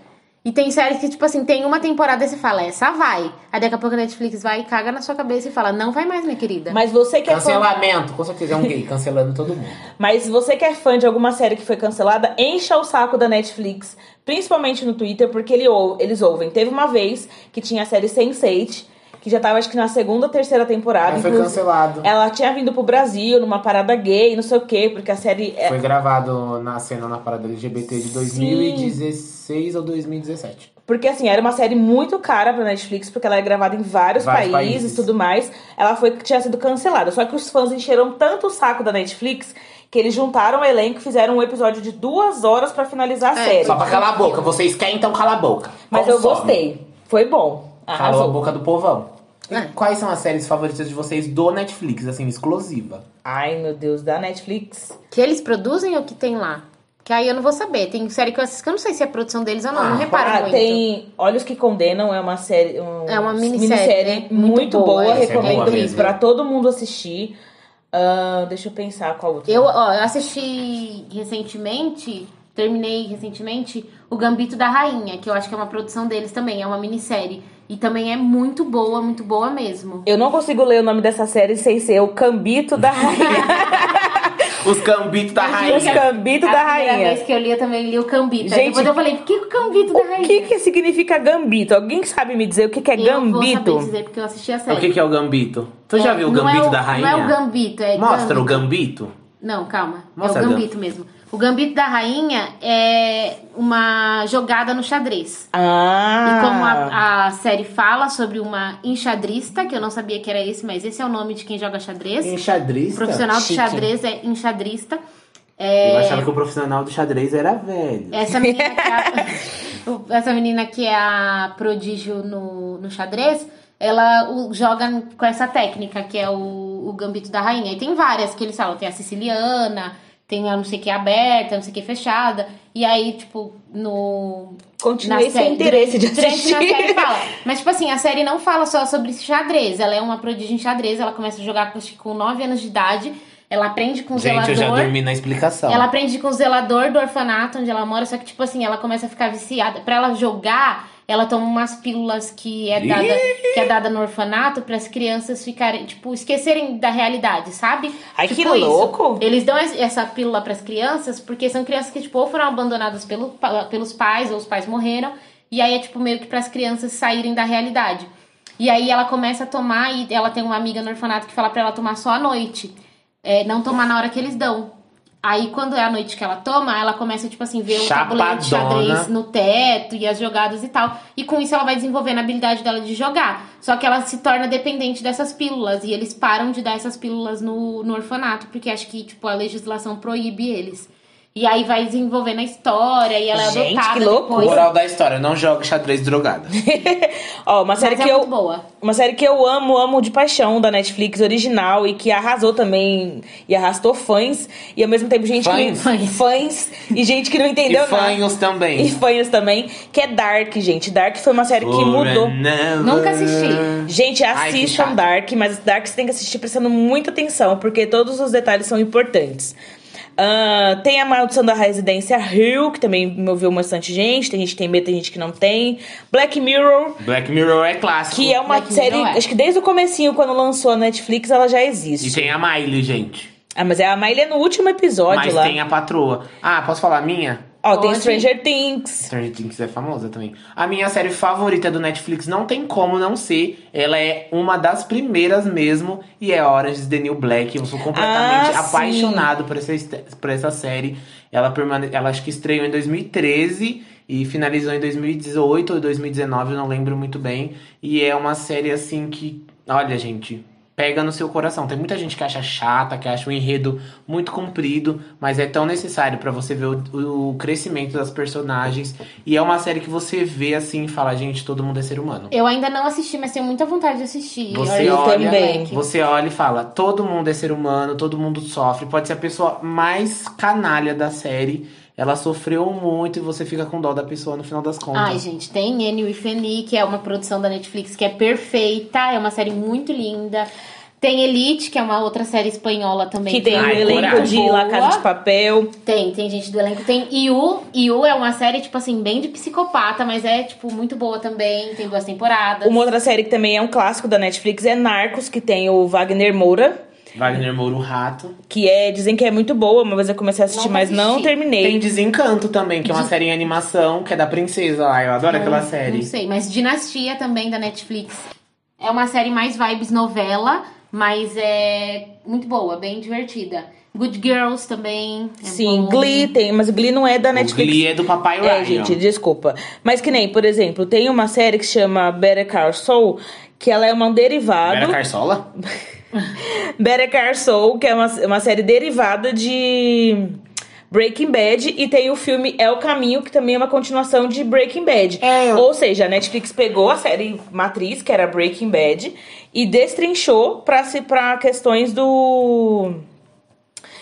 Speaker 1: E tem séries que, tipo assim, tem uma temporada e você fala, essa vai. Aí daqui a pouco a Netflix vai e caga na sua cabeça e fala, não vai mais, minha querida.
Speaker 2: Mas você que é fã
Speaker 3: Cancelamento, com certeza é um gay cancelando todo mundo.
Speaker 2: Mas você que é fã de alguma série que foi cancelada, encha o saco da Netflix, principalmente no Twitter, porque ele ou- eles ouvem. Teve uma vez que tinha a série Sense8, que já tava acho que na segunda ou terceira temporada.
Speaker 3: Aí foi
Speaker 2: inclusive. É,
Speaker 3: cancelado.
Speaker 2: Ela tinha vindo pro Brasil numa parada gay, não sei o quê, porque a série é,
Speaker 3: Foi gravado na cena na parada LGBT de 2016 ou 2017.
Speaker 2: Porque, assim, era uma série muito cara pra Netflix, porque ela é gravada em vários,
Speaker 3: Vários
Speaker 2: países
Speaker 3: países.
Speaker 2: e tudo mais. Ela foi tinha sido cancelada. Só que os fãs encheram tanto o saco da Netflix que eles juntaram o elenco e fizeram um episódio de duas horas pra finalizar a
Speaker 1: É.
Speaker 2: série.
Speaker 3: Só pra calar a boca. Vocês querem, então cala a boca.
Speaker 2: Mas eu
Speaker 3: Consome.
Speaker 2: gostei. Foi bom.
Speaker 3: Calou a
Speaker 2: Arrasou.
Speaker 3: boca do povão. E
Speaker 1: É.
Speaker 3: Quais são as séries favoritas de vocês do Netflix, assim, exclusiva?
Speaker 2: Ai, meu Deus, da Netflix.
Speaker 1: Que eles produzem ou que tem lá? Que aí eu não vou saber. Tem série que eu assisto que eu não sei se é produção deles ou não.
Speaker 3: Ah,
Speaker 1: não reparo
Speaker 2: Ah,
Speaker 1: muito.
Speaker 2: tem Olhos que Condenam, é uma série. um-
Speaker 1: É uma minissérie, né?
Speaker 2: muito,
Speaker 1: Muito boa,
Speaker 2: boa.
Speaker 1: essa
Speaker 3: é boa
Speaker 2: Recomendo
Speaker 3: mesmo.
Speaker 2: pra todo mundo assistir. Ah, deixa eu pensar qual outra.
Speaker 1: Eu, ó, eu assisti recentemente, terminei recentemente, O Gambito da Rainha, que eu acho que é uma produção deles também, é uma minissérie. E também é muito boa, muito boa mesmo.
Speaker 2: Eu não consigo ler o nome dessa série sem ser o Cambito da Rainha.
Speaker 3: Os Cambitos da
Speaker 2: Os
Speaker 3: Rainha.
Speaker 2: Cambito da
Speaker 1: É a primeira vez
Speaker 2: Rainha.
Speaker 1: que eu li, eu também li o Gambito. Aí
Speaker 2: Gente,
Speaker 1: depois eu falei, por que é o Gambito da
Speaker 2: O
Speaker 1: Rainha?
Speaker 2: que que significa gambito? Alguém que sabe me dizer o que que é
Speaker 1: Eu vou saber
Speaker 2: gambito?
Speaker 1: dizer, porque eu assisti a série.
Speaker 3: O que, que é o Gambito? Tu
Speaker 1: É,
Speaker 3: já viu o
Speaker 1: não é
Speaker 3: Gambito da Rainha?
Speaker 1: Não é o Gambito, é
Speaker 3: Mostra
Speaker 1: Gambito.
Speaker 3: o Gambito.
Speaker 1: Não, calma.
Speaker 3: Nossa,
Speaker 1: é o
Speaker 3: Adriana.
Speaker 1: gambito mesmo. O gambito da rainha é uma jogada no xadrez.
Speaker 2: Ah!
Speaker 1: E como a, a série fala sobre uma enxadrista, que eu não sabia que era esse, mas esse é o nome de quem joga xadrez.
Speaker 3: Em xadrez.
Speaker 1: O profissional de
Speaker 2: Chique.
Speaker 1: xadrez é enxadrista. É,
Speaker 3: Eu achava que o profissional do xadrez era velho.
Speaker 1: Essa menina que é a, essa menina que é a prodígio no, no xadrez, ela o- joga com essa técnica, que é o, o gambito da rainha. E tem várias que eles falam. Tem a siciliana, tem a não sei o que aberta, não sei o que fechada. E aí, tipo, no...
Speaker 2: Continuei sem
Speaker 1: série-
Speaker 2: interesse de
Speaker 1: durante
Speaker 2: assistir.
Speaker 1: na série fala. Mas, tipo assim, a série não fala só sobre esse xadrez. Ela é uma prodígio em xadrez. Ela começa a jogar com, acho que com 9 anos de idade. Ela aprende com o
Speaker 3: Gente,
Speaker 1: um
Speaker 3: eu
Speaker 1: zelador.
Speaker 3: já dormi na explicação.
Speaker 1: Ela aprende com o zelador do orfanato onde ela mora, só que, tipo assim, ela começa a ficar viciada. Pra ela jogar, ela toma umas pílulas que é dada, que é dada no orfanato para as crianças ficarem, tipo, esquecerem da realidade, sabe?
Speaker 2: Ai,
Speaker 1: Tipo
Speaker 2: que
Speaker 1: isso.
Speaker 2: louco!
Speaker 1: Eles dão es- essa pílula para as crianças porque são crianças que, tipo, ou foram abandonadas pelo, pa- pelos pais, ou os pais morreram. E aí é, tipo, meio que para as crianças saírem da realidade. E aí ela começa a tomar e ela tem uma amiga no orfanato que fala pra ela tomar só à noite. É, não tomar na hora que eles dão. Aí quando é a noite que ela toma, ela começa, tipo assim, ver o tabuleiro de
Speaker 3: Chapadona.
Speaker 1: xadrez no teto e as jogadas e tal. E com isso ela vai desenvolvendo a habilidade dela de jogar. Só que ela se torna dependente dessas pílulas. E eles param de dar essas pílulas no, no orfanato, porque acho que, tipo, a legislação proíbe eles. E aí vai desenvolvendo a história e ela é
Speaker 2: Gente,
Speaker 1: adotada
Speaker 2: que loucura!
Speaker 1: depois.
Speaker 3: Moral da história, não joga xadrez drogada.
Speaker 2: Ó, uma série
Speaker 1: Mas
Speaker 2: que
Speaker 1: é
Speaker 2: eu
Speaker 1: muito boa.
Speaker 2: Uma série que eu amo, amo de paixão da Netflix original e que arrasou também e arrastou fãs e ao mesmo tempo gente
Speaker 3: Fãs?
Speaker 2: que não, fãs e gente que não
Speaker 3: E
Speaker 2: entendeu nada.
Speaker 3: fanhos também.
Speaker 2: E fãs também, que é Dark, gente. Dark foi uma série que mudou.
Speaker 3: Forever.
Speaker 1: Nunca assisti.
Speaker 2: Gente,
Speaker 3: Ai, que
Speaker 2: assistam
Speaker 3: chato.
Speaker 2: Dark, mas Dark você tem que assistir prestando muita atenção, porque todos os detalhes são importantes. Ahn, tem a Maldição da Residência Hill, que também moveu bastante gente. Tem gente que tem medo, tem gente que não tem. Black Mirror,
Speaker 3: Black Mirror é clássico.
Speaker 2: que é uma
Speaker 1: Black
Speaker 2: série,
Speaker 1: Mirror é.
Speaker 2: acho que desde o comecinho, quando lançou a Netflix, ela já
Speaker 3: E
Speaker 2: existe.
Speaker 3: tem a Miley, gente.
Speaker 2: Ah, mas é a Miley no último episódio
Speaker 3: Mas
Speaker 2: lá.
Speaker 3: tem a patroa. Ah, posso falar a minha?
Speaker 2: Ó, tem
Speaker 1: Pode.
Speaker 2: Stranger Things.
Speaker 3: Stranger Things é famosa também. A minha série favorita do Netflix não tem como não ser. Ela é uma das primeiras mesmo. E é Orange is the New Black. Eu sou completamente
Speaker 2: Ah, sim.
Speaker 3: apaixonado por essa, est- por essa série. Ela, permane ela acho que estreou em 2013 e finalizou em 2018 ou 2019, eu não lembro muito bem. E é uma série assim que. Olha, gente. Pega no seu coração. Tem muita gente que acha chata, que acha o enredo muito comprido, mas é tão necessário pra você ver o, o crescimento das personagens. E é uma série que você vê assim e fala: gente, todo mundo é ser humano.
Speaker 1: Eu ainda não assisti, mas tenho muita vontade de assistir.
Speaker 3: Você
Speaker 1: Eu
Speaker 3: olha,
Speaker 2: também.
Speaker 3: você olha e fala, todo mundo é ser humano, todo mundo sofre. Pode ser a pessoa mais canalha da série. Ela sofreu muito e você fica com dó da pessoa no final das contas.
Speaker 1: Ai, gente, tem Enio e Feni, que é uma produção da Netflix que é perfeita, é uma série muito linda. Tem Elite, que é uma outra série espanhola também.
Speaker 2: Que tem o
Speaker 1: é
Speaker 3: Ai,
Speaker 1: muito
Speaker 2: elenco
Speaker 3: coragem.
Speaker 2: de La
Speaker 1: boa.
Speaker 2: Casa de Papel.
Speaker 1: Tem, tem gente do elenco. Tem Yu. Yu é uma série, tipo assim, bem de psicopata, mas é, tipo, muito boa também. Tem duas temporadas.
Speaker 2: Uma outra série que também é um clássico da Netflix é Narcos, que tem o Wagner Moura.
Speaker 3: Wagner Moura, o rato.
Speaker 2: Que é, dizem que é muito boa, uma vez eu comecei a assistir,
Speaker 1: Não
Speaker 2: mas não
Speaker 1: assisti.
Speaker 3: Tem
Speaker 2: terminei.
Speaker 3: Desencanto também, que é uma série em animação, que é da princesa lá. Eu adoro aquela série.
Speaker 1: Não sei, mas Dinastia também da Netflix. É uma série mais vibes novela, mas é muito boa, bem divertida. Good Girls também. é
Speaker 2: Sim,
Speaker 1: bom.
Speaker 2: Glee tem, mas Glee não é da
Speaker 3: O
Speaker 2: Netflix.
Speaker 3: Glee é do Papai Ryan.
Speaker 2: É, gente, desculpa. Mas que nem, por exemplo, tem uma série que chama Better Call Saul, que ela é um derivado.
Speaker 3: Vera Carsola?
Speaker 2: Better Call Saul, que é uma, uma série derivada de Breaking Bad, e tem o filme É o Caminho, que também é uma continuação de Breaking Bad.
Speaker 3: É, eu-
Speaker 2: Ou seja, a Netflix pegou a série matriz, que era Breaking Bad, e destrinchou pra, se, pra questões do.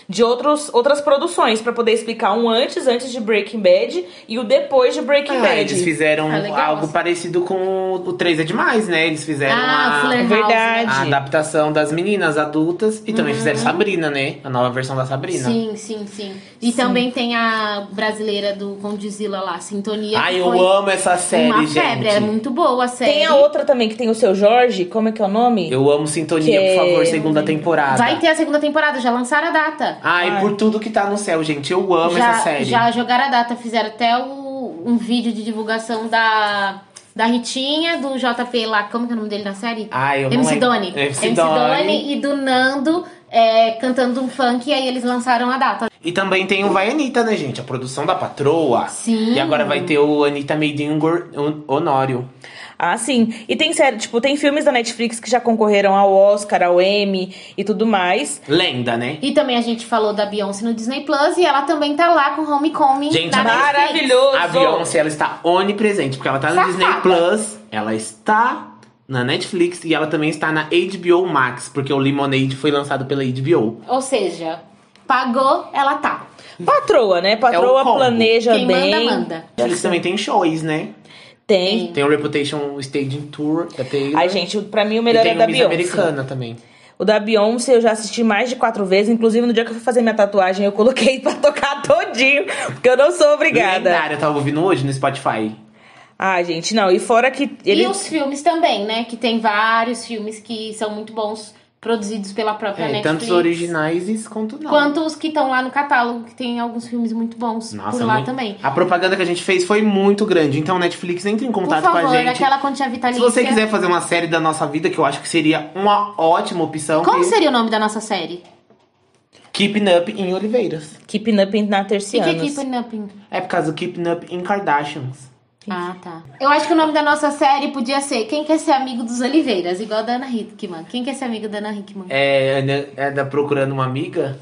Speaker 2: De outros, outras produções, pra poder explicar um antes, antes de Breaking Bad e o depois de Breaking
Speaker 3: Ah,
Speaker 2: Bad.
Speaker 3: eles fizeram
Speaker 1: Ah, legal.
Speaker 3: algo parecido com o 3 é demais, né? Eles fizeram
Speaker 1: Ah,
Speaker 3: a-
Speaker 1: Fuller House,
Speaker 2: É verdade.
Speaker 1: né?
Speaker 3: A adaptação das meninas adultas e também fizeram Sabrina, né? A nova versão da Sabrina.
Speaker 1: Uhum. Sim, sim, sim. E também tem a brasileira do Condizila lá, Sintonia. que
Speaker 3: Ai, eu
Speaker 1: foi
Speaker 3: amo essa série,
Speaker 1: uma
Speaker 3: gente.
Speaker 1: febre, é muito boa a série.
Speaker 2: Tem a outra também que tem o seu Jorge, como é que é o nome?
Speaker 3: Eu amo Sintonia,
Speaker 2: Que-
Speaker 3: por favor, segunda temporada.
Speaker 1: Vai ter a segunda temporada, já lançaram a data.
Speaker 3: Ai,
Speaker 2: Ai.
Speaker 3: por tudo que tá no céu, gente. Eu amo
Speaker 1: já,
Speaker 3: essa série.
Speaker 1: já jogaram a data, fizeram até o- um vídeo de divulgação da, da Ritinha, do JP lá, como que é o nome dele na série?
Speaker 3: Ai, eu não
Speaker 1: MC
Speaker 3: lembro.
Speaker 1: Doni.
Speaker 3: MC
Speaker 1: Doni e do Nando. é, cantando um funk e aí eles lançaram a data.
Speaker 3: E também tem o Vai Anitta, né, gente? A produção da patroa.
Speaker 1: Sim.
Speaker 3: E agora vai ter o Anitta Made in Hungor- Hon- Honório.
Speaker 2: Ah, sim. E tem série, tipo, tem filmes da Netflix que já concorreram ao Oscar, ao Emmy e tudo mais.
Speaker 3: Lenda, né?
Speaker 1: E também a gente falou da Beyoncé no Disney Plus e ela também tá lá com Homecoming
Speaker 3: Gente,
Speaker 1: na Netflix.
Speaker 2: Maravilhoso!
Speaker 3: A Beyoncé, ela está onipresente, porque ela tá no
Speaker 1: Safada.
Speaker 3: Disney Plus, ela está na Netflix e ela também está na HBO Max, porque o Lemonade foi lançado pela HBO.
Speaker 1: Ou seja, pagou, ela tá.
Speaker 2: Patroa, né? Patroa
Speaker 3: É combo.
Speaker 2: planeja
Speaker 1: Quem
Speaker 2: bem.
Speaker 1: manda, manda.
Speaker 3: Eles também tem shows, né?
Speaker 2: Tem.
Speaker 3: Tem o Reputation Staging Tour da Taylor.
Speaker 2: Ai, gente, pra mim
Speaker 3: e
Speaker 2: o melhor
Speaker 3: tem
Speaker 2: é
Speaker 3: o
Speaker 2: da
Speaker 3: Miss
Speaker 2: Beyoncé.
Speaker 3: Americana também.
Speaker 2: O da Beyoncé eu já assisti mais de quatro vezes. Inclusive, no dia que eu fui fazer minha tatuagem, eu coloquei pra tocar todinho. Porque eu não sou obrigada.
Speaker 3: Lendária, eu tava ouvindo hoje no Spotify.
Speaker 2: Ah, gente, não. E fora que ele...
Speaker 1: E os filmes também, né? Que tem vários filmes que são muito bons, produzidos pela própria
Speaker 3: É,
Speaker 1: Netflix.
Speaker 3: tanto os originais e quanto não.
Speaker 1: Quanto os que estão lá no catálogo, que tem alguns filmes muito bons
Speaker 3: Nossa, é
Speaker 1: por lá
Speaker 3: muito-
Speaker 1: também.
Speaker 3: A propaganda que a gente fez foi muito grande. Então, Netflix, entre em
Speaker 1: Por
Speaker 3: contato
Speaker 1: favor,
Speaker 3: com a gente.
Speaker 1: aquela quantia
Speaker 3: Se
Speaker 1: vitalícia.
Speaker 3: você quiser fazer uma série da nossa vida, que eu acho que seria uma ótima opção,
Speaker 1: Como
Speaker 3: que-
Speaker 1: seria o nome da nossa série?
Speaker 3: Keeping Up em Oliveiras.
Speaker 2: Keeping Up na
Speaker 1: E que
Speaker 2: Tercianos.
Speaker 1: Keeping Up? in-
Speaker 3: É por causa do Keeping Up em Kardashians.
Speaker 1: Ah, tá. Eu acho que o nome da nossa série podia ser Quem Quer Ser Amigo dos Oliveiras, igual da Ana Hickman. Quem quer ser amigo da Ana Hickman?
Speaker 3: É, né, é da Procurando uma Amiga?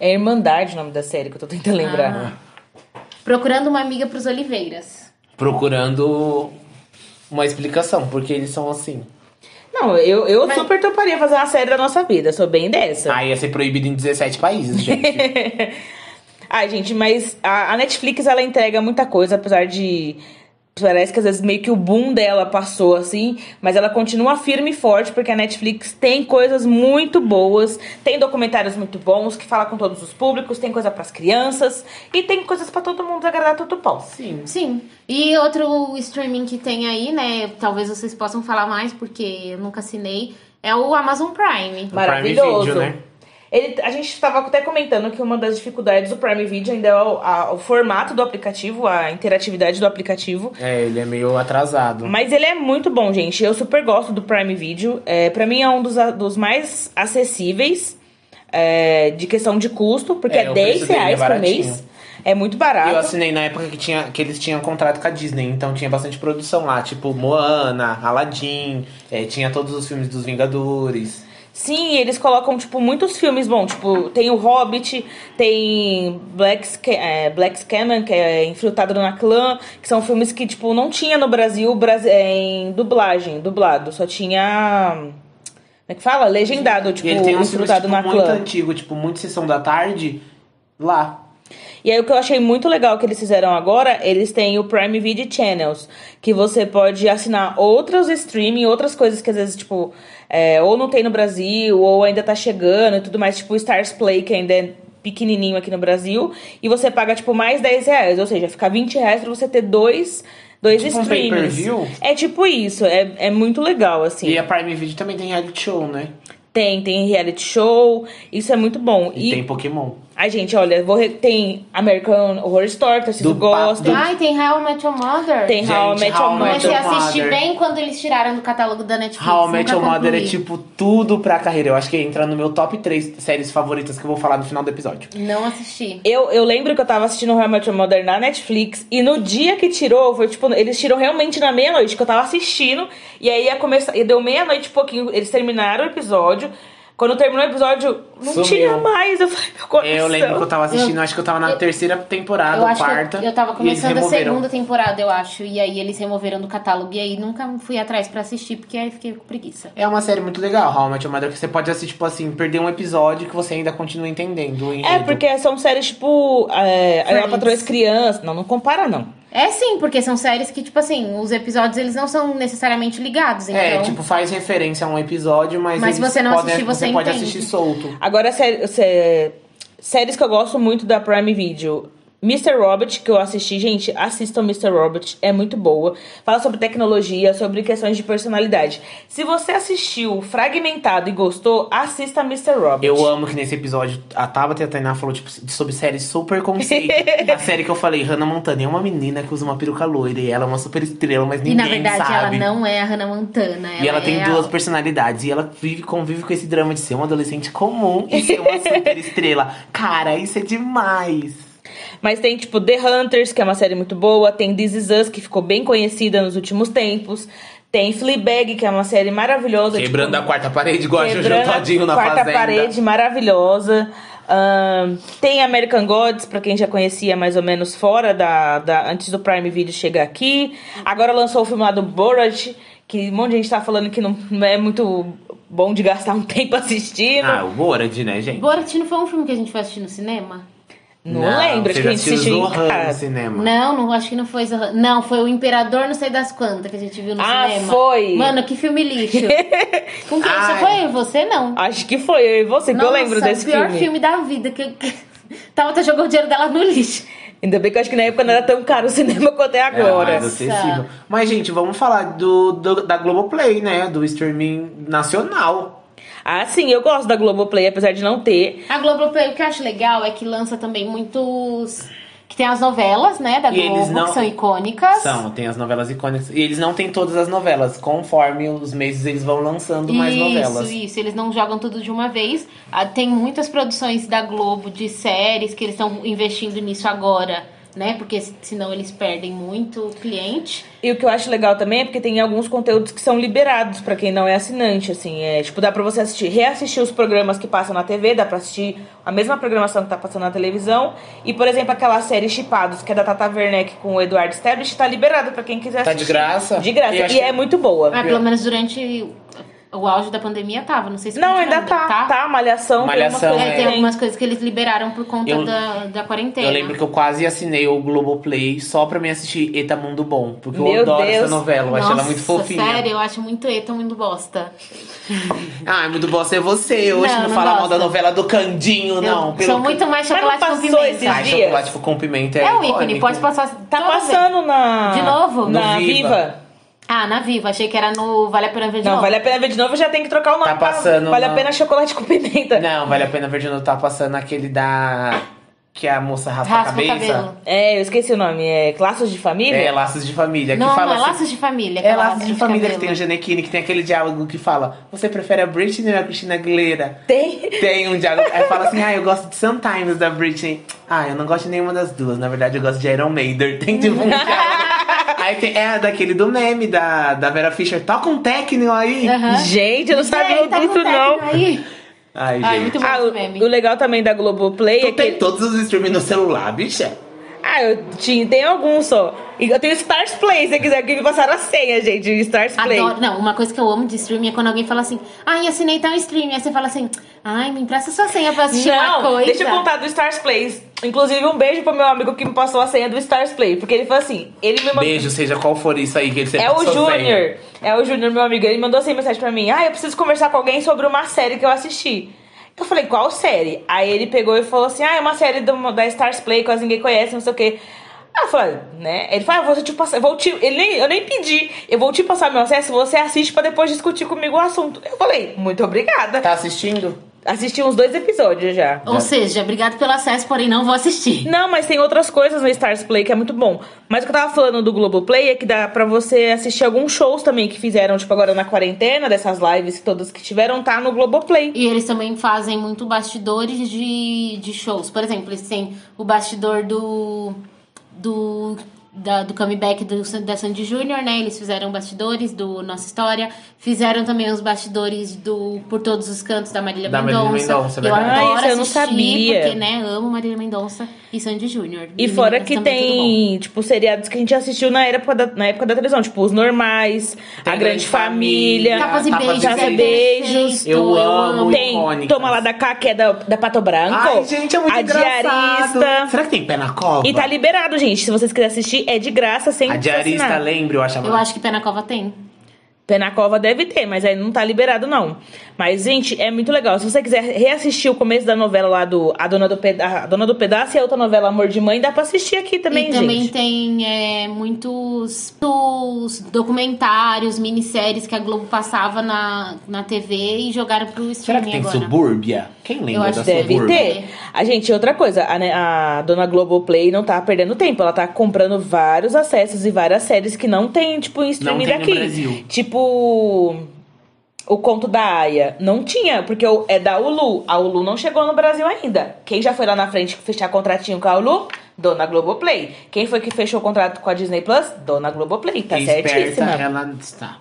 Speaker 2: É Irmandade o nome da série que eu tô tentando lembrar.
Speaker 1: Ah. Procurando uma amiga pros Oliveiras.
Speaker 3: Procurando uma explicação, porque eles são assim.
Speaker 2: Não, eu, eu
Speaker 1: Mas-
Speaker 2: super toparia fazer uma série da nossa vida. Sou bem dessa.
Speaker 3: Aí ia ser proibido em 17 países, gente.
Speaker 2: Ai, gente, mas a, a Netflix ela entrega muita coisa, apesar de. Parece que às vezes meio que o boom dela passou assim, mas ela continua firme e forte porque a Netflix tem coisas muito boas, tem documentários muito bons que fala com todos os públicos, tem coisa pras crianças e tem coisas pra todo mundo agradar todo pão.
Speaker 3: Sim.
Speaker 1: Sim. E outro streaming que tem aí, né? Talvez vocês possam falar mais, porque eu nunca assinei. É o Amazon Prime.
Speaker 2: Maravilhoso.
Speaker 3: Video, né?
Speaker 2: Ele, a gente estava até comentando que uma das dificuldades do Prime Video ainda é o, a- o formato do aplicativo, a interatividade do aplicativo.
Speaker 3: É, ele é meio atrasado.
Speaker 2: Mas ele é muito bom, gente. Eu super gosto do Prime Video. É, para mim é um dos, a- dos mais acessíveis é, de questão de custo, porque
Speaker 3: É,
Speaker 2: é,
Speaker 3: o
Speaker 2: 10
Speaker 3: preço dele é
Speaker 2: reais por
Speaker 3: baratinho.
Speaker 2: mês. É muito
Speaker 3: Eu
Speaker 2: barato.
Speaker 3: assinei na época que, tinha, que eles tinham contrato com a Disney, então tinha bastante produção lá, tipo Moana, Aladdin, é, tinha todos os filmes dos Vingadores.
Speaker 2: Sim, eles colocam, tipo, muitos filmes bons. Tipo, tem o Hobbit, tem Black, Sca é, Black Scanlan, que é Infiltrado na Clã, que são filmes que, tipo, não tinha no Brasil bras- é, em dublagem, dublado. Só tinha. Como é que fala? Legendado, tipo,
Speaker 3: e ele tem uns filmes
Speaker 2: Infiltrado
Speaker 3: tipo,
Speaker 2: na
Speaker 3: muito
Speaker 2: Clã.
Speaker 3: antigo, tipo, muito Sessão da Tarde, lá.
Speaker 2: E aí o que eu achei muito legal que eles fizeram agora, eles têm o Prime Video Channels, que você pode assinar outros streaming, outras coisas que às vezes, tipo, é, ou não tem no Brasil, ou ainda tá chegando e tudo mais, tipo o Stars Play, que ainda é pequenininho aqui no Brasil, e você paga, tipo, mais 10 reais, ou seja, fica 20 reais pra você ter dois, dois
Speaker 3: Tipo um
Speaker 2: streams.
Speaker 3: pay-per-view?
Speaker 2: é tipo isso, é, é muito legal, assim.
Speaker 3: E é- a Prime Video também tem reality show, né?
Speaker 2: Tem, tem reality show, isso é muito bom.
Speaker 3: E,
Speaker 2: E,
Speaker 3: tem Pokémon.
Speaker 2: ai, gente, olha, vou re- tem American Horror Story, tá que vocês
Speaker 3: Do pa-
Speaker 2: gostam.
Speaker 1: Ai, tem How I Met Your Mother.
Speaker 2: Tem How I
Speaker 3: Gente,
Speaker 2: Met
Speaker 3: How I Met
Speaker 2: Your Mother.
Speaker 1: Comecei a
Speaker 3: Your
Speaker 1: assistir
Speaker 3: Mother.
Speaker 1: bem quando eles tiraram do catálogo da Netflix.
Speaker 3: How I
Speaker 1: nunca
Speaker 3: Met Your Mother é
Speaker 1: concluí.
Speaker 3: tipo tudo pra carreira. Eu acho que entra no meu top 3 séries favoritas que eu vou falar no final do episódio.
Speaker 1: Não assisti.
Speaker 2: Eu, eu lembro que eu tava assistindo How I Met Your Mother na Netflix e no dia que tirou, foi tipo, eles tiram realmente na meia-noite, que eu tava assistindo, e aí ia começar, e deu meia-noite e pouquinho, eles terminaram o episódio. Quando terminou o episódio, não
Speaker 3: Sumiu.
Speaker 2: tinha mais. Eu falei, meu coração.
Speaker 3: É, Eu lembro que eu tava assistindo, acho que eu tava na
Speaker 1: eu-
Speaker 3: terceira temporada,
Speaker 1: eu
Speaker 3: ou
Speaker 1: acho
Speaker 3: quarta.
Speaker 1: que eu, eu tava
Speaker 3: e eles
Speaker 1: começando a
Speaker 3: removeram.
Speaker 1: segunda temporada, eu acho. E aí eles removeram do catálogo. E aí nunca fui atrás pra assistir, porque aí fiquei com preguiça.
Speaker 3: É uma série muito legal, How I Met Your Mother, que você pode assistir, tipo assim, perder um episódio que você ainda continua entendendo. o
Speaker 2: É,
Speaker 3: enredo.
Speaker 2: porque são séries tipo. É, a
Speaker 1: Friends.
Speaker 2: Patroa Crianças. Não, não compara, não.
Speaker 1: É sim, porque são séries que, tipo assim, os episódios eles não são necessariamente ligados. Então,
Speaker 3: É, tipo, faz referência a um episódio, mas.
Speaker 1: Mas se
Speaker 3: eles
Speaker 1: você não
Speaker 3: podem-
Speaker 1: assistir, você
Speaker 3: pode
Speaker 1: entende.
Speaker 3: assistir solto.
Speaker 2: Agora, sé- sé- séries que eu gosto muito da Prime Video. Mr. Robot, que eu assisti, gente, assistam Mr. Robot, é muito boa. Fala sobre tecnologia, sobre questões de personalidade. Se você assistiu Fragmentado e gostou, assista Mr. Robot.
Speaker 3: Eu amo que nesse episódio a Tabata e a Tainá falou tipo, sobre séries super conceito. a série que eu falei, Hannah Montana, é uma menina que usa uma peruca loira e ela é uma super estrela, mas
Speaker 1: E
Speaker 3: ninguém
Speaker 1: na verdade
Speaker 3: sabe.
Speaker 1: ela não é a Hannah Montana.
Speaker 3: E ela tem
Speaker 1: é
Speaker 3: duas
Speaker 1: a...
Speaker 3: personalidades. E ela vive, convive com esse drama de ser uma adolescente comum e ser uma super estrela. Cara, isso é demais.
Speaker 2: Mas tem, tipo, The Hunters, que é uma série muito boa. Tem This Is Us, que ficou bem conhecida nos últimos tempos. Tem Fleabag, que é uma série maravilhosa.
Speaker 3: Quebrando a
Speaker 2: tipo,
Speaker 3: quarta parede, igual a Jojo
Speaker 2: quebrando a
Speaker 3: Todinho na
Speaker 2: quarta
Speaker 3: Fazenda.
Speaker 2: parede, maravilhosa. Ahn, tem American Gods, pra quem já conhecia mais ou menos fora da, da- antes do Prime Video chegar aqui. Agora lançou o filme lá do Borat, que um monte de gente tá falando que não é muito bom de gastar um tempo assistindo.
Speaker 3: Ah, o Borat, né, gente?
Speaker 1: Borat não foi um filme que a gente foi assistir no cinema?
Speaker 2: não, lembro, acho
Speaker 3: você
Speaker 2: que a gente
Speaker 3: assistiu
Speaker 2: assistiu em
Speaker 3: Zohan assim. no
Speaker 2: casa.
Speaker 3: cinema.
Speaker 1: Não, não, acho que não foi Zorra. Não, foi o Imperador Não Sei Das Quantas que a gente viu no
Speaker 2: Ah,
Speaker 1: cinema.
Speaker 2: foi.
Speaker 1: Mano, que filme lixo. Com quem? Só
Speaker 3: Ai.
Speaker 1: foi eu, você não.
Speaker 2: Acho que foi eu e você que eu
Speaker 1: Nossa,
Speaker 2: lembro desse
Speaker 1: o pior filme.
Speaker 2: filme.
Speaker 1: da vida. Que, que... Tava até jogou o dinheiro dela no lixo.
Speaker 2: Ainda bem que eu acho que na época não era tão caro o cinema quanto é agora.
Speaker 3: É, mais acessível. Mas, gente, vamos falar do, do, da Globoplay, né? Do streaming nacional.
Speaker 2: Ah, sim, eu gosto da Globoplay, apesar de não ter.
Speaker 1: A Globoplay, o que eu acho legal é que lança também muitos... Que tem as novelas, né, da
Speaker 3: E eles
Speaker 1: Globo,
Speaker 3: não-
Speaker 1: que são icônicas.
Speaker 3: São, tem as novelas icônicas. E eles não têm todas as novelas. Conforme os meses, eles vão lançando mais
Speaker 1: isso,
Speaker 3: novelas.
Speaker 1: Isso, eles não jogam tudo de uma vez. Ah, tem muitas produções da Globo de séries que eles estão investindo nisso agora, né? Porque se- senão eles perdem muito cliente. Ah,
Speaker 2: E o que eu acho legal também é porque tem alguns conteúdos que são liberados pra quem não é assinante, assim, é, tipo, dá pra você assistir, reassistir os programas que passam na TV, dá pra assistir a mesma programação que tá passando na televisão. E, por exemplo, aquela série Chipados, que é da Tata Werneck com o Eduardo Sterblitch, tá liberada pra quem quiser
Speaker 3: Tá de
Speaker 2: assistir.
Speaker 3: graça?
Speaker 2: De graça,
Speaker 3: Eu acho
Speaker 2: e
Speaker 3: que-
Speaker 2: é muito boa.
Speaker 1: Ah, pelo menos durante o auge da pandemia tava, não sei se
Speaker 2: Não,
Speaker 1: continua
Speaker 2: ainda tá, tá, Malhação,
Speaker 3: Malhação,
Speaker 2: tem
Speaker 1: É, um
Speaker 2: umas coisas
Speaker 1: tem
Speaker 2: que tem.
Speaker 1: algumas coisas que eles liberaram por conta
Speaker 3: Eu-
Speaker 1: da, da quarentena.
Speaker 3: Eu lembro que eu quase assinei o Globoplay só pra me assistir Eta Mundo Bom. Porque eu
Speaker 2: Meu
Speaker 3: adoro
Speaker 2: Deus.
Speaker 3: essa novela, eu acho ela muito
Speaker 1: Nossa,
Speaker 3: fofinha.
Speaker 1: Sério, eu acho muito eta, muito bosta.
Speaker 3: Ah, é muito bom ser você. Hoje
Speaker 1: Não,
Speaker 3: não,
Speaker 1: não
Speaker 3: fala mal da
Speaker 1: gosto.
Speaker 3: novela do Candinho, não.
Speaker 1: eu
Speaker 3: Pelo
Speaker 1: sou muito mais
Speaker 2: Mas não
Speaker 1: chocolate com
Speaker 2: passou esses
Speaker 1: pimenta.
Speaker 3: Ai,
Speaker 2: dias.
Speaker 3: chocolate com pimenta é
Speaker 1: É um ícone,
Speaker 3: icônico.
Speaker 1: pode passar.
Speaker 2: Tá
Speaker 1: toda vez.
Speaker 2: passando na.
Speaker 1: De novo?
Speaker 2: Na
Speaker 3: No
Speaker 2: Viva.
Speaker 3: Viva.
Speaker 1: Ah, na Viva, achei que era no Vale a Pena Ver de
Speaker 2: Não,
Speaker 1: Novo.
Speaker 2: vale a pena ver de novo, já tem que trocar o nome.
Speaker 3: Tá passando
Speaker 2: Vale a
Speaker 3: na-
Speaker 2: pena chocolate com pimenta.
Speaker 3: Não, vale a pena ver de novo. Tá passando aquele da. Que a moça raspa, a
Speaker 1: Raspa o
Speaker 3: cabeça.
Speaker 1: cabelo.
Speaker 2: É, eu esqueci o nome. É Laços de Família?
Speaker 3: É, Laços de Família.
Speaker 1: Não,
Speaker 3: que
Speaker 1: não,
Speaker 3: fala
Speaker 1: é
Speaker 3: assim-
Speaker 1: Laços de Família.
Speaker 3: É
Speaker 1: aquela
Speaker 3: Laços de Família que tem o
Speaker 1: cabelo.
Speaker 3: Gianecchini, que tem aquele diálogo que fala: Você prefere a Britney ou a Christina Aguilera?
Speaker 2: Tem.
Speaker 3: Tem um diálogo. Aí fala assim: Ah, eu gosto de Sometimes da Britney. Ah, eu não gosto de nenhuma das duas. Na verdade, eu gosto de Iron Maiden. Tem tipo um diálogo. Aí tem, é a daquele do meme da, da Vera Fischer. Toca um técnico aí.
Speaker 1: Aham.
Speaker 2: Gente, eu não sabia
Speaker 1: Ei, tá
Speaker 2: disso,
Speaker 1: com técnico
Speaker 2: não.
Speaker 1: Aí.
Speaker 3: Ai,
Speaker 1: Ai,
Speaker 3: gente.
Speaker 1: muito bom
Speaker 2: Ah,
Speaker 1: esse
Speaker 2: o, o
Speaker 1: meme.
Speaker 2: legal também da Globoplay é
Speaker 3: Tu tem
Speaker 2: que.
Speaker 3: todos os streams no celular, bicha?
Speaker 2: Ah, eu tinha, tem alguns só. E eu tenho Stars Play, se você quiser, que me passaram a senha, gente. Stars Play.
Speaker 1: Adoro. Não, uma coisa que eu amo de streaming é quando alguém fala assim, ai, assinei tal streaming. Aí você fala assim, ai, me empresta sua senha pra assistir uma
Speaker 2: Não,
Speaker 1: coisa.
Speaker 2: deixa eu contar do Stars Play. Inclusive, um beijo pro meu amigo que me passou a senha do Stars Play. Porque ele falou assim: ele me mandou.
Speaker 3: Beijo, seja qual for isso aí que ele tá
Speaker 2: É o Júnior. É o Júnior, meu amigo. Ele mandou assim mensagem pra mim. Ah, eu preciso conversar com alguém sobre uma série que eu assisti. Eu falei, qual série? Aí ele pegou e falou assim: Ah, é uma série do- da Stars Play, quase ninguém conhece, não sei o quê. Ah, eu falei, né? Ele falou, ah, eu vou te passar. eu Vou te, ele nem, eu nem pedi. Eu vou te passar meu acesso, você assiste pra depois discutir comigo o assunto. Eu falei, muito obrigada.
Speaker 3: Tá assistindo?
Speaker 2: Assisti uns dois episódios já.
Speaker 1: Ou seja, obrigado pelo acesso, porém não vou assistir.
Speaker 2: Não, mas tem outras coisas no Stars Play que é muito bom. Mas o que eu tava falando do Globoplay é que dá pra você assistir alguns shows também que fizeram, tipo, agora na quarentena, dessas lives todas que tiveram, tá no Globoplay.
Speaker 1: E eles também fazem muito bastidores de, de shows. Por exemplo, eles têm o bastidor do. do. da- do comeback do, San- da Sandy Júnior, né? Eles fizeram bastidores do Nossa História. Fizeram também os bastidores do Por Todos os Cantos da Marília
Speaker 3: Da Marília Mendonça,
Speaker 1: Mendonça.
Speaker 3: é
Speaker 1: Eu
Speaker 3: verdade.
Speaker 1: adoro
Speaker 2: Ah, isso eu não
Speaker 1: assistir,
Speaker 2: sabia.
Speaker 1: porque, né? Amo Marília Mendonça e Sandy Júnior.
Speaker 2: E
Speaker 1: Meninas,
Speaker 2: fora que
Speaker 1: também é tudo bom.
Speaker 2: tem, tipo, seriados que a gente assistiu na época da, na época da televisão, tipo, Os Normais,
Speaker 3: Tem
Speaker 2: A Grande
Speaker 3: Grande Família,
Speaker 2: Família,
Speaker 1: Tapas e
Speaker 3: Tapas e
Speaker 1: beijos.
Speaker 2: Tapas e
Speaker 1: é
Speaker 2: Beijos.
Speaker 1: perfeito,
Speaker 3: Eu amo. Muito
Speaker 2: tem
Speaker 3: icônicas.
Speaker 2: Toma Lá da Cá, que é da, da Pato Branco,
Speaker 3: Ai, gente, é muito
Speaker 2: A
Speaker 3: engraçado.
Speaker 2: Diarista.
Speaker 3: Será que tem pé na cova?
Speaker 2: E tá liberado, gente. Se vocês quiserem assistir, é de graça, sem
Speaker 3: A diarista,
Speaker 2: assinar.
Speaker 3: lembra? Eu achava.
Speaker 1: Eu acho que Pé na Cova tem.
Speaker 2: Pé na cova deve ter, mas aí não tá liberado, não. Mas, gente, é muito legal. Se você quiser reassistir o começo da novela lá do A Dona do, Peda a Dona do Pedaço e a outra novela Amor de Mãe, dá pra assistir aqui também,
Speaker 1: e também
Speaker 2: gente.
Speaker 1: tem é, muitos, muitos documentários, minisséries que a Globo passava na, na TV e jogaram pro
Speaker 3: Será
Speaker 1: streaming
Speaker 3: que tem
Speaker 1: agora.
Speaker 3: subúrbia? Quem lembra
Speaker 1: acho
Speaker 3: da
Speaker 1: que
Speaker 2: Deve
Speaker 3: subúrbia?
Speaker 2: ter. A gente, outra coisa, a, né, a dona Globoplay não tá perdendo tempo. Ela tá comprando vários acessos e várias séries que não tem, tipo, em
Speaker 3: Não
Speaker 2: streaming
Speaker 3: tem
Speaker 2: daqui.
Speaker 3: no Brasil.
Speaker 2: Tipo. O conto da Aya. Não tinha, porque o- é da Ulu. A Ulu não chegou no Brasil ainda. Quem já foi lá na frente fechar contratinho com a Ulu? Dona Globoplay. Quem foi que fechou o contrato com a Disney Plus? Dona Globoplay. Tá
Speaker 3: Esperta
Speaker 2: certíssima.
Speaker 3: ela está.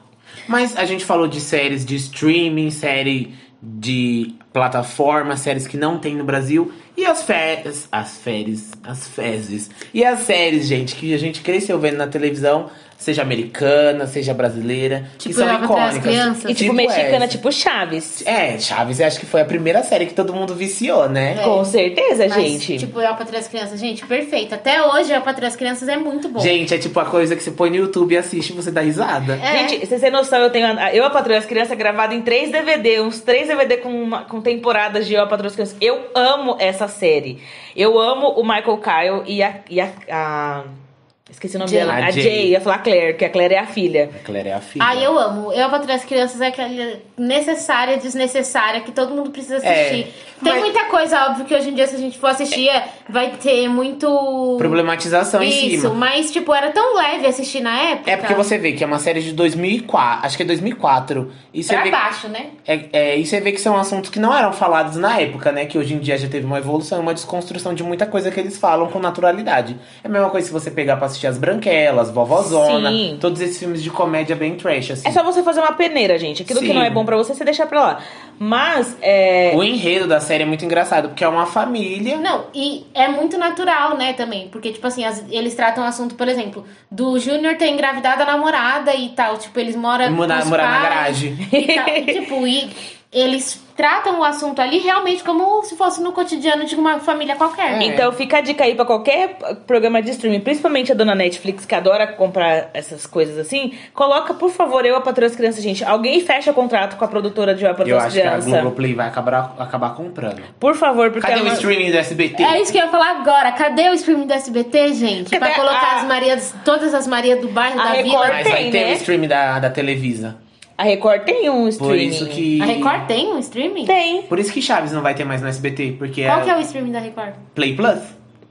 Speaker 3: Mas a gente falou de séries de streaming, série de plataforma, séries que não tem no Brasil. E as férias. As férias. As fezes. E as séries, gente, que a gente cresceu vendo na televisão, seja americana, seja brasileira.
Speaker 1: Tipo,
Speaker 3: que são
Speaker 1: Ela Vai Atrás das
Speaker 3: icônicas.
Speaker 1: Crianças?
Speaker 2: E tipo, mexicana,
Speaker 3: essa.
Speaker 2: tipo Chaves.
Speaker 3: É, Chaves, eu acho que foi a primeira série que todo mundo viciou,
Speaker 1: É.
Speaker 3: né?
Speaker 2: Com certeza,
Speaker 1: Mas,
Speaker 2: gente.
Speaker 1: Tipo, eu pra três crianças, gente, perfeito. Até hoje, eu pra três crianças é muito bom.
Speaker 3: Gente, é tipo a coisa que você põe no YouTube e assiste e você dá risada.
Speaker 1: É.
Speaker 2: Gente, vocês têm noção, eu tenho. a- Eu, a Patroa e as Crianças, gravada em três DVD, uns três DVD com, uma- com temporadas de Eu, a Patroa e as Crianças. Eu amo essa série. Eu amo o Michael Kyle e a. E a, a- esqueci o nome
Speaker 1: Jay.
Speaker 2: dela.
Speaker 3: A
Speaker 2: A
Speaker 3: Jay.
Speaker 2: Jay. Eu ia falar a Claire, que a Claire é a filha.
Speaker 3: A Claire é a filha.
Speaker 1: Ah, eu amo. Eu pra três crianças é aquela necessária, desnecessária, que todo mundo precisa assistir.
Speaker 3: É,
Speaker 1: Tem
Speaker 3: mas-
Speaker 1: muita coisa, óbvio, que hoje em dia, se a gente for assistir, é, vai ter muito.
Speaker 3: Problematização em
Speaker 1: Isso,
Speaker 3: cima.
Speaker 1: mas, tipo, era tão leve assistir na época.
Speaker 3: É porque
Speaker 2: Tá.
Speaker 3: você vê que é uma série de 2004, acho que é 2004. E você
Speaker 1: Pra
Speaker 3: vê,
Speaker 1: baixo, né?
Speaker 3: é, é, e você vê que são assuntos que não eram falados na época, né? Que hoje em dia já teve uma evolução, uma desconstrução de muita coisa que eles falam com naturalidade. É a mesma coisa se você pegar pra assistir As Branquelas, Vovozona,
Speaker 2: Sim.
Speaker 3: todos esses filmes de comédia bem trash, assim.
Speaker 2: É só você fazer uma peneira, gente. Aquilo
Speaker 3: Sim.
Speaker 2: que não é bom pra você, você deixa pra lá. Mas, é.
Speaker 3: O enredo da série é muito engraçado, porque é uma família.
Speaker 1: Não, e é muito natural, né, também. Porque, tipo assim, as- eles tratam o assunto, por exemplo, do Júnior ter engravidado a namorada e tal. Tipo, eles moram. com
Speaker 3: Morar,
Speaker 1: os
Speaker 3: morar na
Speaker 1: pais
Speaker 3: garagem.
Speaker 1: e tal. E, tipo, e eles tratam o assunto ali realmente como se fosse no cotidiano de uma família qualquer.
Speaker 3: É.
Speaker 2: Então fica a dica aí pra qualquer programa de streaming, principalmente a dona Netflix, que adora comprar essas coisas assim. Coloca, por favor, eu a Patroa e as Crianças, gente. Alguém fecha contrato com a produtora de Eu a
Speaker 3: Eu
Speaker 2: Patroa e as
Speaker 3: acho que a
Speaker 2: Crianças.
Speaker 3: Globoplay vai acabar, acabar comprando.
Speaker 2: Por favor, porque
Speaker 3: Cadê
Speaker 2: ela-
Speaker 3: o streaming do SBT?
Speaker 1: É isso que eu ia falar agora. Cadê o streaming do SBT, gente?
Speaker 2: Cadê
Speaker 1: pra colocar
Speaker 2: a-
Speaker 1: as Marias, todas as Marias do bairro,
Speaker 2: A
Speaker 1: da
Speaker 2: Record
Speaker 1: vila.
Speaker 3: Mas vai
Speaker 2: tem,
Speaker 3: ter o
Speaker 2: né?
Speaker 3: streaming da, da Televisa.
Speaker 2: a Record tem um streaming.
Speaker 3: Por isso que.
Speaker 1: A Record tem um streaming?
Speaker 2: Tem.
Speaker 3: Por isso que Chaves não vai ter mais no SBT, porque
Speaker 1: Qual que é
Speaker 3: é
Speaker 1: o streaming da Record?
Speaker 3: Play Plus.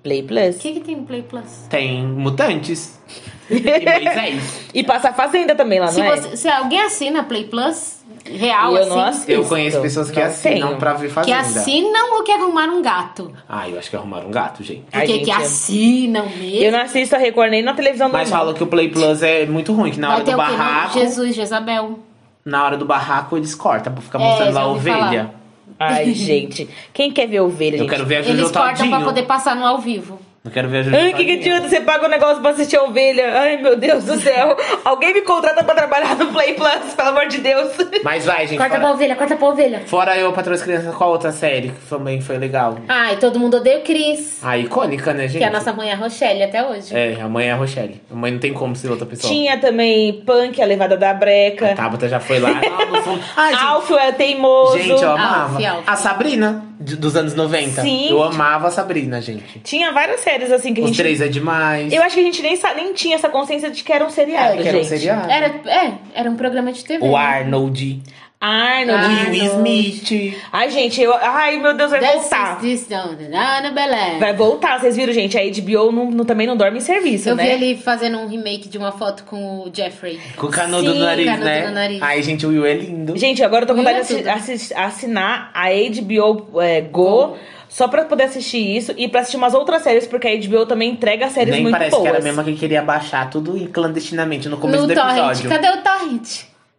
Speaker 2: Play
Speaker 1: O
Speaker 2: Plus.
Speaker 1: que, que tem no Play Plus?
Speaker 3: Tem Mutantes. e é Moisés.
Speaker 2: E passa a Fazenda também lá,
Speaker 3: Tá
Speaker 1: Se,
Speaker 2: não é?
Speaker 1: você- se alguém assina Play Plus, real,
Speaker 2: E eu
Speaker 1: assim,
Speaker 2: não assisto.
Speaker 3: Eu conheço pessoas que
Speaker 2: Não
Speaker 3: assinam
Speaker 2: tenho.
Speaker 3: pra ver
Speaker 1: que
Speaker 3: Fazenda.
Speaker 1: assinam ou que arrumaram um gato?
Speaker 3: Ah, eu acho que arrumaram um gato, gente.
Speaker 2: Ai,
Speaker 1: Porque
Speaker 2: gente,
Speaker 1: que
Speaker 2: é-
Speaker 1: assinam mesmo.
Speaker 2: Eu não assisto a Record nem na televisão
Speaker 3: Mas
Speaker 2: normal.
Speaker 3: falam que o Play Plus é muito ruim, que na hora
Speaker 1: Vai ter
Speaker 3: do
Speaker 1: um o quê?
Speaker 3: barraco.
Speaker 1: Jesus, Jezabel.
Speaker 3: Na hora do barraco eles cortam pra ficar
Speaker 1: É,
Speaker 3: mostrando lá
Speaker 1: já
Speaker 3: a
Speaker 1: ouvi falar.
Speaker 3: ovelha.
Speaker 2: Ai, gente. Quem quer ver ovelha,
Speaker 3: Eu
Speaker 2: gente?
Speaker 3: quero ver a Jojo
Speaker 1: Eles cortam pra
Speaker 3: Todinho.
Speaker 1: poder passar no ao vivo.
Speaker 3: Eu quero ver a Jojo
Speaker 2: Ai, que, que
Speaker 3: Todinho.
Speaker 2: adianta? Você paga o negócio pra assistir a ovelha. Ai, meu Deus do céu. Alguém me contrata pra trabalhar no Play Plus, pelo amor de Deus.
Speaker 3: Mas vai, gente.
Speaker 1: Corta
Speaker 3: Fora,
Speaker 1: pra ovelha, corta pra ovelha.
Speaker 3: fora eu, Patrões Crianças, qual outra série que também foi legal?
Speaker 1: Ai, todo mundo odeia o Cris.
Speaker 3: A icônica, né, gente?
Speaker 1: Que é a nossa mãe, a Rochelle, até hoje.
Speaker 3: É, a mãe é a Rochelle. A mãe não tem como ser outra pessoa.
Speaker 2: Tinha também Punk, a levada da
Speaker 3: A
Speaker 2: breca.
Speaker 3: Tabata já foi lá, lá no fundo. Ai, gente,
Speaker 2: Alfio é teimoso.
Speaker 3: gente, eu amava.
Speaker 1: Alf, Alf.
Speaker 3: A Sabrina, de- dos anos 90.
Speaker 2: Sim.
Speaker 3: Eu amava a Sabrina, gente.
Speaker 2: Tinha várias séries assim que a
Speaker 3: Os
Speaker 2: gente.
Speaker 3: três é demais.
Speaker 2: Eu acho que a gente nem, sa- nem tinha essa consciência de que era um seriado,
Speaker 3: É, que era um
Speaker 2: gente.
Speaker 3: seriado.
Speaker 1: Era, é, era um programa de TV.
Speaker 3: O
Speaker 1: né?
Speaker 3: Arnold.
Speaker 2: Arnold.
Speaker 1: Arnold.
Speaker 3: Will Smith.
Speaker 2: Ai, gente, eu. Ai, meu Deus, vai
Speaker 1: This
Speaker 2: voltar.
Speaker 1: is the sound, Ana Belém.
Speaker 2: Vai voltar, vocês viram, gente? A HBO não, não- também não dorme em serviço,
Speaker 1: Eu
Speaker 2: né?
Speaker 1: vi ele fazendo um remake de uma foto com o Jeffrey.
Speaker 3: Com o canudo
Speaker 2: Sim,
Speaker 3: do nariz,
Speaker 1: canudo
Speaker 3: né?
Speaker 1: do nariz.
Speaker 3: Ai, gente, o Will é lindo.
Speaker 2: Gente, agora eu tô com
Speaker 1: Mulher
Speaker 2: vontade de assi-
Speaker 1: tudo.
Speaker 2: assis- assinar a HBO é, Go, só pra poder assistir isso e pra assistir umas outras séries, porque a HBO também entrega séries
Speaker 3: Nem
Speaker 2: muito
Speaker 3: parece
Speaker 2: boas.
Speaker 3: que era a mesma que queria baixar tudo e clandestinamente no começo
Speaker 1: no
Speaker 3: do
Speaker 1: Torrent.
Speaker 3: episódio.
Speaker 1: Cadê o Torrent?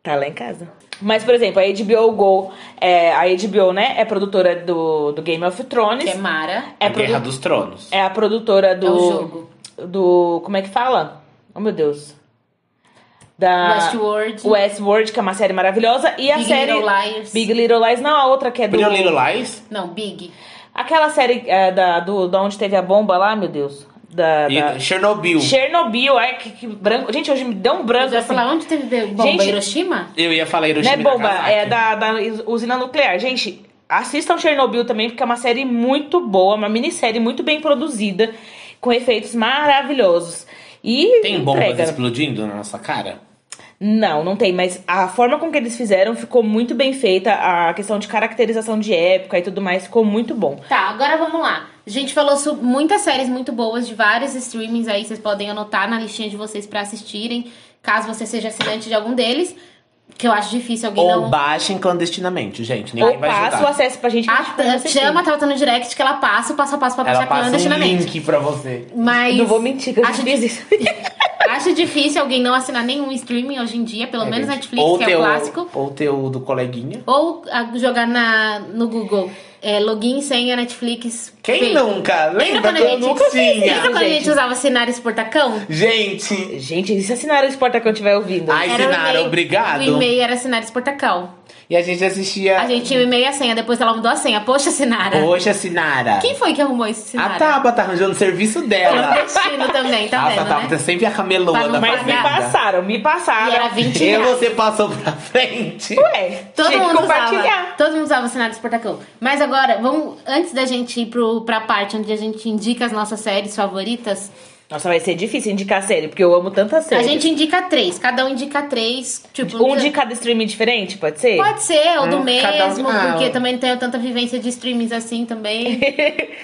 Speaker 2: Tá lá em casa. Mas, por exemplo, a HBO Go, é, a HBO, né, é produtora do, do Game of Thrones.
Speaker 1: Que é Mara.
Speaker 2: é,
Speaker 3: a Guerra
Speaker 2: produ-
Speaker 3: dos Tronos.
Speaker 2: é a produtora do.
Speaker 1: É o jogo.
Speaker 2: Do. Como é que fala? Oh, meu Deus. Da.
Speaker 1: Westworld.
Speaker 2: Westworld, que é uma série maravilhosa. E a
Speaker 1: Big
Speaker 2: série.
Speaker 1: Little Liars.
Speaker 2: Big Little Lies, não, a outra que é do.
Speaker 3: Pretty Little Lies?
Speaker 1: Não, Big.
Speaker 2: Aquela série é, da, do, da onde teve a bomba lá, meu Deus. da, da-
Speaker 3: E- Chernobyl.
Speaker 2: Chernobyl, ai, que, que branco. Gente, hoje me deu um
Speaker 1: Eu
Speaker 2: branco.
Speaker 1: ia
Speaker 2: Assim.
Speaker 1: falar, onde teve bomba?
Speaker 2: Gente-
Speaker 1: Hiroshima?
Speaker 3: Eu ia falar
Speaker 2: Não
Speaker 3: Hiroshima
Speaker 2: é
Speaker 3: e
Speaker 2: bomba,
Speaker 3: Nagasaki.
Speaker 2: é da, da usina nuclear. Gente, assistam Chernobyl também, porque é uma série muito boa, uma minissérie muito bem produzida, com efeitos maravilhosos. E
Speaker 3: Tem bombas
Speaker 2: entrega.
Speaker 3: explodindo na nossa cara?
Speaker 2: Não, não tem, mas a forma com que eles fizeram ficou muito bem feita. A questão de caracterização de época e tudo mais ficou muito bom.
Speaker 1: Tá, agora vamos lá. A gente falou sobre muitas séries muito boas de vários streamings aí, vocês podem anotar na listinha de vocês pra assistirem, caso você seja assinante de algum deles, que eu acho difícil alguém
Speaker 3: Ou
Speaker 1: não...
Speaker 3: baixem clandestinamente, gente. Ninguém
Speaker 2: Ou
Speaker 3: vai
Speaker 2: passa o
Speaker 3: ajudar.
Speaker 2: acesso pra gente. que a gente vai
Speaker 1: Ah,
Speaker 2: assistir.
Speaker 1: chama, tá no direct que ela passa o passo a passo pra
Speaker 3: Ela
Speaker 1: baixar
Speaker 3: passa um
Speaker 1: clandestinamente.
Speaker 3: link pra você.
Speaker 1: Mas
Speaker 2: Não vou mentir, que eu já
Speaker 1: acho
Speaker 2: fiz isso.
Speaker 1: Acho difícil alguém não assinar nenhum streaming hoje em dia, pelo
Speaker 3: É,
Speaker 1: menos
Speaker 3: gente.
Speaker 1: Netflix, que é o clássico.
Speaker 3: Ou teu do coleguinha.
Speaker 1: Ou a- jogar na, no Google é, login, senha, Netflix.
Speaker 3: Quem
Speaker 1: fake.
Speaker 3: nunca? Lembra
Speaker 1: quando a
Speaker 3: que eu
Speaker 1: gente-
Speaker 3: nunca
Speaker 1: Lembra
Speaker 3: tinha?
Speaker 1: quando a gente
Speaker 2: gente?
Speaker 1: usava assinar esse portacão?
Speaker 3: Gente,
Speaker 2: Gente, e se assinaram esse porta que eu estiver ouvindo?
Speaker 3: Ai.
Speaker 1: Era o
Speaker 3: Sinara,
Speaker 1: e-mail-
Speaker 3: obrigado.
Speaker 1: O e-mail era assinar esse portacão.
Speaker 3: e a gente assistia...
Speaker 1: A gente tinha o e-mail e a senha, depois ela mudou a senha. Poxa, Sinara.
Speaker 3: Poxa, Sinara.
Speaker 1: Quem foi que arrumou esse Sinara?
Speaker 3: A Taba tá arranjando serviço dela.
Speaker 1: Destino também, tá
Speaker 3: Nossa, a
Speaker 1: vendo,
Speaker 3: Taba
Speaker 1: né?
Speaker 3: tá sempre a camelona
Speaker 1: Pra não
Speaker 3: da
Speaker 2: Mas me
Speaker 1: Nada.
Speaker 3: fazenda.
Speaker 2: passaram, me passaram.
Speaker 1: E era 20
Speaker 3: E
Speaker 1: reais.
Speaker 3: você passou pra frente.
Speaker 2: Ué,
Speaker 1: Todo
Speaker 2: tinha que
Speaker 1: mundo
Speaker 2: compartilhar.
Speaker 1: usava. Todo mundo usava o Senado Esportacão. Mas agora, vamos, antes da gente ir pro, pra parte onde a gente indica as nossas séries favoritas,
Speaker 2: Nossa, vai ser difícil indicar série, porque eu amo tanta série.
Speaker 1: a gente indica três. Cada um indica três. Tipo,
Speaker 2: Um de cada streaming diferente, pode ser?
Speaker 1: Pode ser, ou do
Speaker 3: Hum, cada um-
Speaker 1: mesmo,
Speaker 3: ah.
Speaker 1: porque também não tenho tanta vivência de streamings assim também.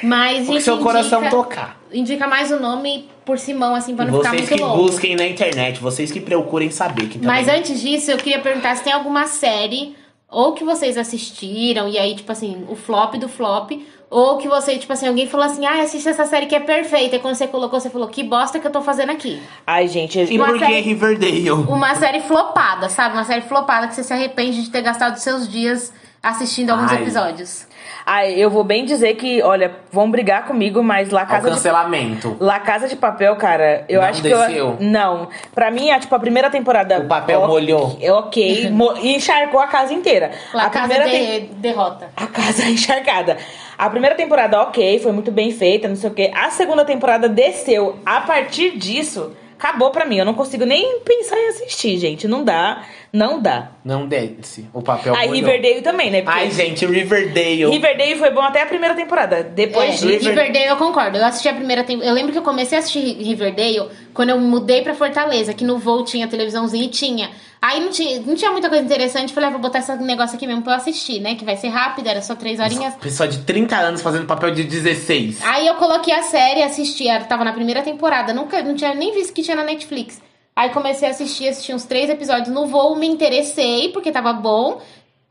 Speaker 1: Mas a
Speaker 3: O que
Speaker 1: gente
Speaker 3: seu coração
Speaker 1: indica,
Speaker 3: tocar.
Speaker 1: indica mais o nome por Simão, assim, pra
Speaker 3: E
Speaker 1: não ficar
Speaker 3: vocês
Speaker 1: muito
Speaker 3: que
Speaker 1: longo.
Speaker 3: busquem na internet, vocês que procurem saber. tá Que
Speaker 1: Mas
Speaker 3: também-
Speaker 1: antes disso, eu queria perguntar se tem alguma série ou que vocês assistiram e aí, tipo assim, o flop do flop, ou que você, tipo assim, alguém falou assim: "Ah, assiste essa série que é perfeita". E quando você colocou, você falou: "Que bosta que eu tô fazendo aqui".
Speaker 2: Ai, gente, eu-
Speaker 3: E
Speaker 1: uma
Speaker 3: por que
Speaker 1: série-
Speaker 3: Riverdale?
Speaker 1: Uma série flopada, sabe? Uma série flopada que você se arrepende de ter gastado seus dias assistindo alguns
Speaker 3: Ai.
Speaker 1: episódios.
Speaker 2: ai, eu vou bem dizer que, olha, vão brigar comigo, mas lá
Speaker 3: Ao
Speaker 2: casa de
Speaker 3: cancelamento.
Speaker 2: La Casa de Papel, cara, eu
Speaker 3: Não
Speaker 2: acho que
Speaker 3: desceu?
Speaker 2: eu não. Pra mim, é, tipo a primeira temporada
Speaker 3: O papel
Speaker 2: ok-
Speaker 3: molhou.
Speaker 2: É ok, mo- e encharcou a casa inteira.
Speaker 1: La
Speaker 2: a
Speaker 1: Casa
Speaker 2: primeira tem-
Speaker 1: de Derrota.
Speaker 2: A casa encharcada. A primeira temporada, ok, foi muito bem feita, não sei o quê. A segunda temporada desceu. A partir disso, acabou pra mim. Eu não consigo nem pensar em assistir, gente. Não dá, não dá.
Speaker 3: Não desce. O papel
Speaker 2: Aí
Speaker 3: molhou.
Speaker 2: Riverdale também, né? Porque
Speaker 3: Ai, gente, Riverdale.
Speaker 2: Riverdale foi bom até a primeira temporada.
Speaker 1: É,
Speaker 2: Depois de disso.
Speaker 1: Riverdale, eu concordo. Eu assisti a primeira temporada. Eu lembro que eu comecei a assistir Riverdale quando eu mudei pra Fortaleza, que no voo tinha televisãozinha e tinha. Aí não tinha, não tinha muita coisa interessante. Falei, ah, vou botar esse negócio aqui mesmo pra eu assistir, né? Que vai ser rápido, era só três
Speaker 2: é
Speaker 1: horinhas.
Speaker 3: Pessoa de 30 anos fazendo papel de 16.
Speaker 2: Ah.
Speaker 1: Aí eu coloquei a série, assisti. Ela tava na primeira temporada. Nunca, não tinha nem visto que tinha na Netflix. Aí comecei a assistir, assisti uns três episódios no voo, me interessei, porque tava bom.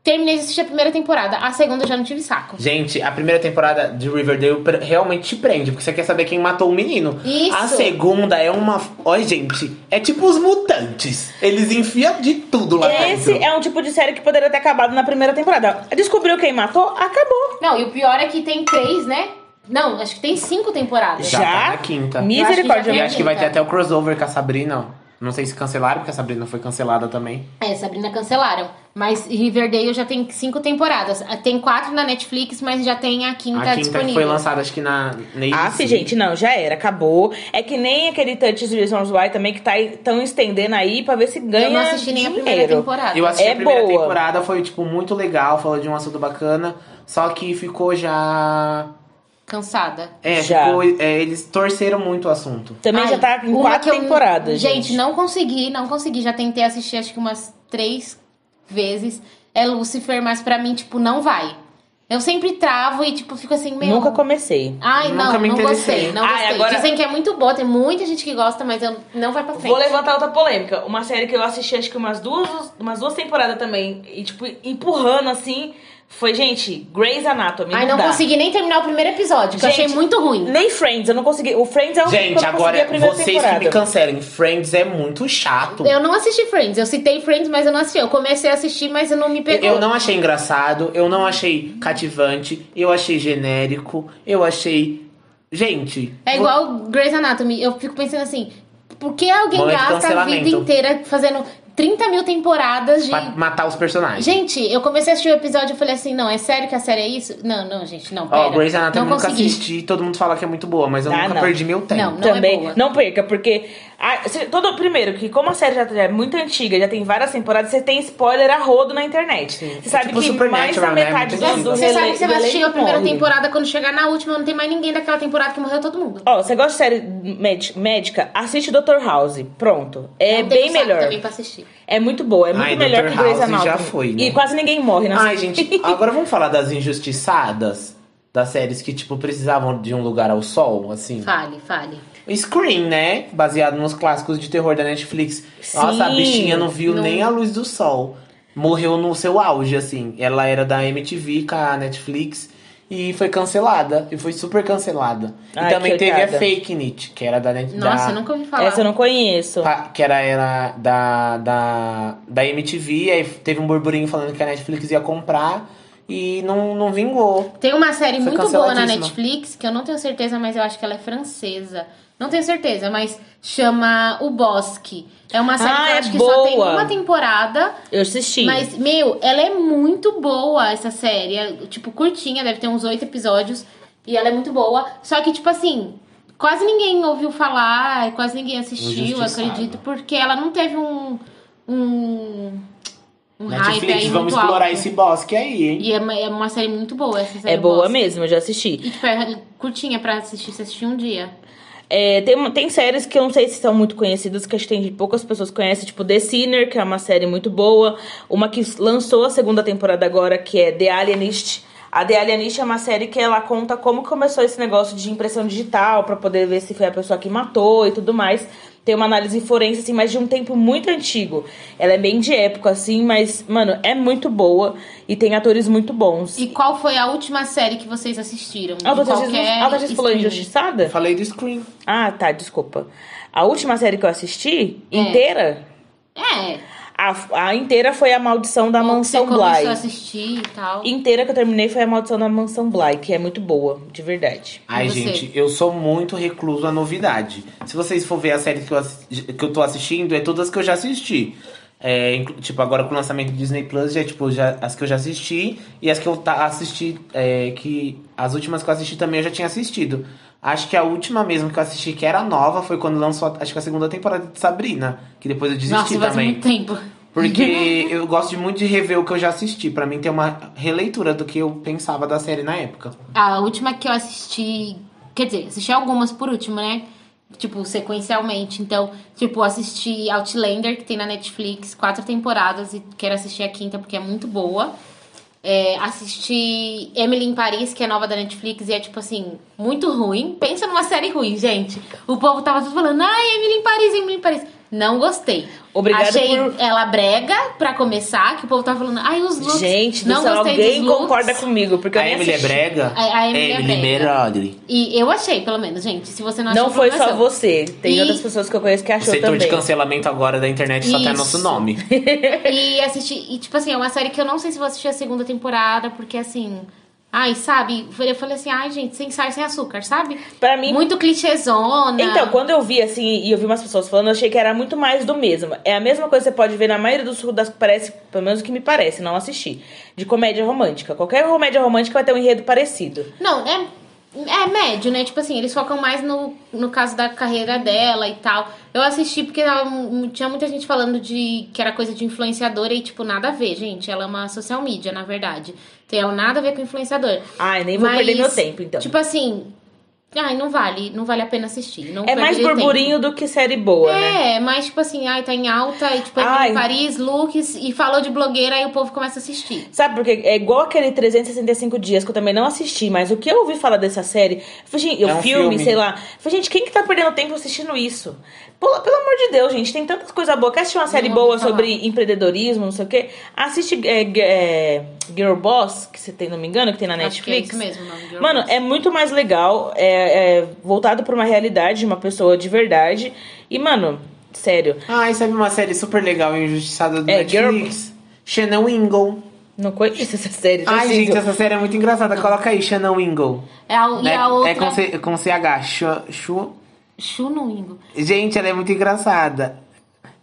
Speaker 1: Terminei de assistir a primeira temporada. A segunda eu já não tive saco.
Speaker 3: Gente, a primeira temporada de Riverdale pre- realmente te prende, porque você quer saber quem matou o menino.
Speaker 1: Isso.
Speaker 3: A segunda é uma. Olha, gente, é tipo os mutantes. Eles enfiam de tudo lá
Speaker 2: Esse
Speaker 3: dentro.
Speaker 2: é um tipo de série que poderia ter acabado na primeira temporada. Descobriu quem matou? Acabou.
Speaker 1: Não, e o pior é que tem três, né? Não, acho que tem cinco temporadas.
Speaker 3: Já tá na quinta.
Speaker 1: Eu
Speaker 2: Misericórdia.
Speaker 3: E acho que vai ter
Speaker 1: Quinta.
Speaker 3: até o crossover com a Sabrina. Não sei se cancelaram, porque a Sabrina foi cancelada também.
Speaker 1: É, Sabrina cancelaram. Mas Riverdale já tem cinco temporadas. Tem quatro na Netflix, mas já tem a quinta,
Speaker 3: a quinta que
Speaker 1: disponível.
Speaker 3: foi lançada, acho que na. na
Speaker 2: tá Ah, sim, gente, não, já era, acabou. É que nem aquele Touch Reasons Why também que tá tão estendendo aí pra ver se ganha
Speaker 1: Eu não assisti nem
Speaker 2: dinheiro.
Speaker 1: a primeira temporada.
Speaker 3: Eu assisti
Speaker 2: É
Speaker 3: a primeira
Speaker 2: boa.
Speaker 3: temporada, foi, tipo, muito legal, falou de um assunto bacana. Só que ficou já.
Speaker 1: Cansada.
Speaker 3: É,
Speaker 2: Já.
Speaker 3: ficou- é, eles torceram muito o assunto.
Speaker 2: Também
Speaker 1: Ai,
Speaker 2: já tá em
Speaker 1: uma
Speaker 2: quatro
Speaker 1: que eu-
Speaker 2: temporadas,
Speaker 1: Gente,
Speaker 2: gente.
Speaker 1: não consegui, não consegui. Já tentei assistir acho que umas três vezes. É Lucifer, mas pra mim, tipo, não vai. Eu sempre travo e, tipo, fico assim, meu.
Speaker 2: Nunca comecei.
Speaker 1: Ai,
Speaker 3: Nunca
Speaker 1: não,
Speaker 3: me
Speaker 1: não
Speaker 3: interessei.
Speaker 1: gostei, não
Speaker 2: Ai,
Speaker 1: gostei.
Speaker 2: agora-
Speaker 1: Dizem que é muito boa, tem muita gente que gosta, mas eu não vai pra frente.
Speaker 2: Vou levantar outra polêmica. Uma série que eu assisti acho que umas duas, umas duas temporadas também. E, tipo, empurrando assim. Foi, gente, Grey's Anatomy.
Speaker 1: Ai, não
Speaker 2: dá.
Speaker 1: consegui nem terminar o primeiro episódio, que eu achei
Speaker 2: Gente,
Speaker 1: muito ruim.
Speaker 2: Nem Friends, eu não consegui. O Friends é o que eu
Speaker 3: Gente,
Speaker 2: não consegui a
Speaker 3: agora
Speaker 2: primeira
Speaker 3: vocês
Speaker 2: temporada.
Speaker 3: que me cancelem. Friends é muito chato.
Speaker 1: Eu não assisti Friends. Eu citei Friends, mas eu não assisti. Eu comecei a assistir, mas eu não me pegou.
Speaker 3: Eu não achei engraçado, eu não achei cativante, eu achei genérico, eu achei. Gente.
Speaker 1: É
Speaker 3: vo-
Speaker 1: igual Grey's Anatomy. Eu fico pensando assim, por que alguém
Speaker 3: Momento
Speaker 1: gasta a vida
Speaker 3: cancelamento.
Speaker 1: inteira fazendo 30 mil temporadas de.
Speaker 3: Pra matar os personagens.
Speaker 1: Gente, eu comecei a assistir o episódio e falei assim: não, é sério que a série é isso? Não, não, gente, não. Pera,
Speaker 3: Ó, Grey's Anatomy
Speaker 1: não
Speaker 3: eu nunca
Speaker 1: consegui.
Speaker 3: assisti, todo mundo fala que é muito boa, mas eu
Speaker 2: Ah,
Speaker 3: nunca
Speaker 2: não.
Speaker 3: perdi meu tempo.
Speaker 1: Não, não é
Speaker 2: também.
Speaker 1: boa.
Speaker 2: Não perca, porque. a- se- todo, primeiro, que como a série já é muito antiga, já tem várias temporadas, você tem spoiler a rodo na internet. Você sabe
Speaker 3: Tipo
Speaker 2: que mais da
Speaker 3: Supernatural, né?
Speaker 2: metade
Speaker 3: Muito
Speaker 2: dos
Speaker 3: antiga.
Speaker 2: do
Speaker 1: Você
Speaker 2: rele-
Speaker 1: sabe que você vai
Speaker 2: do
Speaker 1: assistir a
Speaker 2: elenco
Speaker 1: primeira
Speaker 2: morre.
Speaker 1: temporada, quando chegar na última, não tem mais ninguém daquela temporada que morreu todo mundo.
Speaker 2: Ó, você gosta de série med- médica? Assiste Dr. House. Pronto. É
Speaker 1: Não tem
Speaker 2: bem
Speaker 1: um saco
Speaker 2: melhor.
Speaker 1: também pra assistir.
Speaker 2: É muito boa, é muito
Speaker 3: Ai,
Speaker 2: melhor
Speaker 3: Dr.
Speaker 2: que Grey's
Speaker 3: House já
Speaker 2: Anatomy.
Speaker 3: foi, né?
Speaker 2: E quase ninguém morre na
Speaker 3: Ai,
Speaker 2: série.
Speaker 3: gente, agora vamos falar das injustiçadas? Das séries que, tipo, precisavam de um lugar ao sol, assim.
Speaker 1: Fale, fale.
Speaker 3: Scream, né? Baseado nos clássicos de terror da Netflix. Nossa, a
Speaker 2: Sim,
Speaker 3: bichinha não viu
Speaker 1: não-
Speaker 3: nem a luz do sol. Morreu no seu auge, assim. Ela era da MTV com a Netflix e foi cancelada. E foi super cancelada.
Speaker 2: Ai,
Speaker 3: e também
Speaker 2: que
Speaker 3: teve a
Speaker 2: oitada.
Speaker 3: Fake It, que era da Netflix.
Speaker 1: Nossa, eu nunca ouvi falar.
Speaker 2: Essa eu não conheço.
Speaker 3: Pa- Ah, Que era, era da, da, da MTV, aí teve um burburinho falando que a Netflix ia comprar e não, não vingou.
Speaker 1: Tem uma série
Speaker 3: Foi
Speaker 1: muito boa na
Speaker 3: canceladíssima.
Speaker 1: Netflix, que eu não tenho certeza, mas eu acho que ela é francesa. Não tenho certeza, mas chama O Bosque. É uma série
Speaker 2: Ah,
Speaker 1: que eu
Speaker 2: é
Speaker 1: acho que só tem
Speaker 2: boa.
Speaker 1: uma temporada.
Speaker 2: Eu assisti.
Speaker 1: Mas, meu, ela é muito boa, essa série. É, tipo, curtinha, deve ter uns oito episódios. E ela é muito boa. Só que, tipo assim, quase ninguém ouviu falar, quase ninguém assistiu, eu
Speaker 3: Injustiçada.
Speaker 1: acredito, porque ela não teve um. um um hype
Speaker 3: Netflix,
Speaker 1: aí
Speaker 3: vamos
Speaker 1: muito
Speaker 3: explorar
Speaker 1: alto.
Speaker 3: esse bosque aí, hein?
Speaker 1: E é uma, é uma série muito boa essa série.
Speaker 2: é
Speaker 1: eu
Speaker 2: boa
Speaker 1: gosto.
Speaker 2: mesmo, eu já assisti.
Speaker 1: E tipo, é curtinha pra assistir, você assistir um dia.
Speaker 2: É, tem, uma- tem séries que eu não sei se são muito conhecidas, que acho que tem, poucas pessoas conhecem, tipo The Sinner, que é uma série muito boa. Uma que lançou a segunda temporada agora, que é The Alienist. A The Alienist é uma série que ela conta como começou esse negócio de impressão digital, pra poder ver se foi a pessoa que matou e tudo mais. Tem uma análise forense, assim, mas de um tempo muito antigo. Ela é bem de época, assim, mas, mano, é muito boa e tem atores muito bons.
Speaker 1: E qual foi a última série que vocês assistiram? De
Speaker 2: Ah, vocês, ah, vocês falou
Speaker 1: streaming?
Speaker 2: injustiçada?
Speaker 3: Eu falei do Scream.
Speaker 2: Ah, tá, desculpa. A última série que eu assisti,
Speaker 1: É.
Speaker 2: inteira,
Speaker 1: É.
Speaker 2: a, a inteira foi A Maldição da Mansão
Speaker 1: você começou a
Speaker 2: Bly.
Speaker 1: assistir e tal.
Speaker 2: Inteira que eu terminei foi A Maldição da Mansão Bly, que é muito boa, de verdade.
Speaker 3: Ai,
Speaker 1: você?
Speaker 3: gente, eu sou muito recluso à novidade. Se vocês for ver as séries que eu, assi- que eu tô assistindo, é todas que eu já assisti. É, inclu- tipo, agora com o lançamento do Disney Plus, já, tipo, já, as que eu já assisti e as que eu ta- assisti, é, que as últimas que eu assisti também eu já tinha assistido. Acho que a última mesmo que eu assisti, que era nova, foi quando lançou, a- acho que a segunda temporada de Sabrina, que depois eu desisti
Speaker 1: Nossa, faz
Speaker 3: também.
Speaker 1: muito tempo.
Speaker 3: Porque eu gosto de muito de rever o que eu já assisti, Pra mim ter uma releitura do que eu pensava da série na época.
Speaker 1: A última que eu assisti. Quer dizer, assisti algumas por último, né? Tipo, sequencialmente. Então, tipo, assisti Outlander, que tem na Netflix, quatro temporadas, e quero assistir a quinta porque é muito boa. É, assisti Emily em Paris, que é nova da Netflix, e é tipo assim, muito ruim. Pensa numa série ruim, gente. O povo tava tudo falando, ai, Emily em Paris, Emily em Paris. Não gostei.
Speaker 2: Obrigada
Speaker 1: Achei
Speaker 2: por-
Speaker 1: ela brega, pra começar, que o povo tava falando, ai, os looks.
Speaker 2: Gente, do
Speaker 1: não
Speaker 2: céu,
Speaker 1: gostei
Speaker 2: alguém
Speaker 1: dos looks.
Speaker 2: concorda comigo, porque eu
Speaker 3: A
Speaker 2: nem
Speaker 3: Emily é
Speaker 2: assisti.
Speaker 3: brega?
Speaker 1: A- a Emily é brega.
Speaker 3: Merodri.
Speaker 1: E eu achei, pelo menos, gente. Se você não achou,
Speaker 2: Não foi só
Speaker 1: informação.
Speaker 2: você, tem
Speaker 1: E-
Speaker 2: outras pessoas que eu conheço que
Speaker 3: O
Speaker 2: achou
Speaker 3: setor
Speaker 2: também.
Speaker 3: de cancelamento agora da internet só tem
Speaker 1: Isso.
Speaker 3: nosso nome.
Speaker 1: E assisti. E, tipo assim, é uma série que eu não sei se vou assistir a segunda temporada, porque assim. Ai, sabe? Eu falei assim, ai, gente, sem sal e sem açúcar, sabe?
Speaker 2: Pra mim,
Speaker 1: Muito clichêzona.
Speaker 2: Então, quando eu vi assim, e eu vi umas pessoas falando, eu achei que era muito mais do mesmo. É a mesma coisa que você pode ver na maioria dos das parece, pelo menos o que me parece, não assisti. De comédia romântica. Qualquer comédia romântica vai ter um enredo parecido.
Speaker 1: Não, é, é médio, né? Tipo assim, eles focam mais no, no caso da carreira dela e tal. Eu assisti porque tava mu- tinha muita gente falando de que era coisa de influenciadora e, tipo, nada a ver, gente. Ela é uma social media, na verdade. Tem nada a ver com influenciador.
Speaker 2: Ai, nem vou
Speaker 1: Mas,
Speaker 2: perder meu tempo, então.
Speaker 1: Tipo assim, ai, não vale, não vale a pena assistir. Não
Speaker 2: é mais
Speaker 1: perderia tempo.
Speaker 2: burburinho do que série boa, né?
Speaker 1: É, mas tipo assim, ai, tá em alta, e tipo, ai.
Speaker 2: Ai.
Speaker 1: em Paris, looks, e falou de blogueira, aí o povo começa a assistir.
Speaker 2: Sabe, porque é igual aquele 365 dias que eu também não assisti, mas o que eu ouvi falar dessa série, eu falei, gente, eu
Speaker 3: É um
Speaker 2: filme,
Speaker 3: filme.
Speaker 2: sei lá. Eu falei, gente, quem que tá perdendo tempo assistindo isso? Pô, pelo amor de Deus, gente, tem tantas coisas boas. Quer assistir uma série
Speaker 1: Não ouvi
Speaker 2: boa
Speaker 1: falar.
Speaker 2: sobre empreendedorismo, não sei o quê? Assiste é, G- é, Girl Boss, que você tem, não me engano, que tem na
Speaker 1: Acho que é
Speaker 2: Netflix.
Speaker 1: isso mesmo, o nome de
Speaker 2: Mano, é muito mais legal, é, é voltado pra uma realidade, de uma pessoa de verdade. E, mano, sério,
Speaker 3: Ai, sabe uma série super legal e injustiçada do
Speaker 2: É,
Speaker 3: Netflix? Shannon Ingle.
Speaker 2: não conheço essa série.
Speaker 3: Ai,
Speaker 2: preciso.
Speaker 3: gente, essa série é muito engraçada. Coloca aí, Shannon Ingle.
Speaker 1: É a, e
Speaker 3: é,
Speaker 1: a outra.
Speaker 3: é com, C, com CH. Chu, chu.
Speaker 1: Chunuingo.
Speaker 3: Gente, ela é muito engraçada.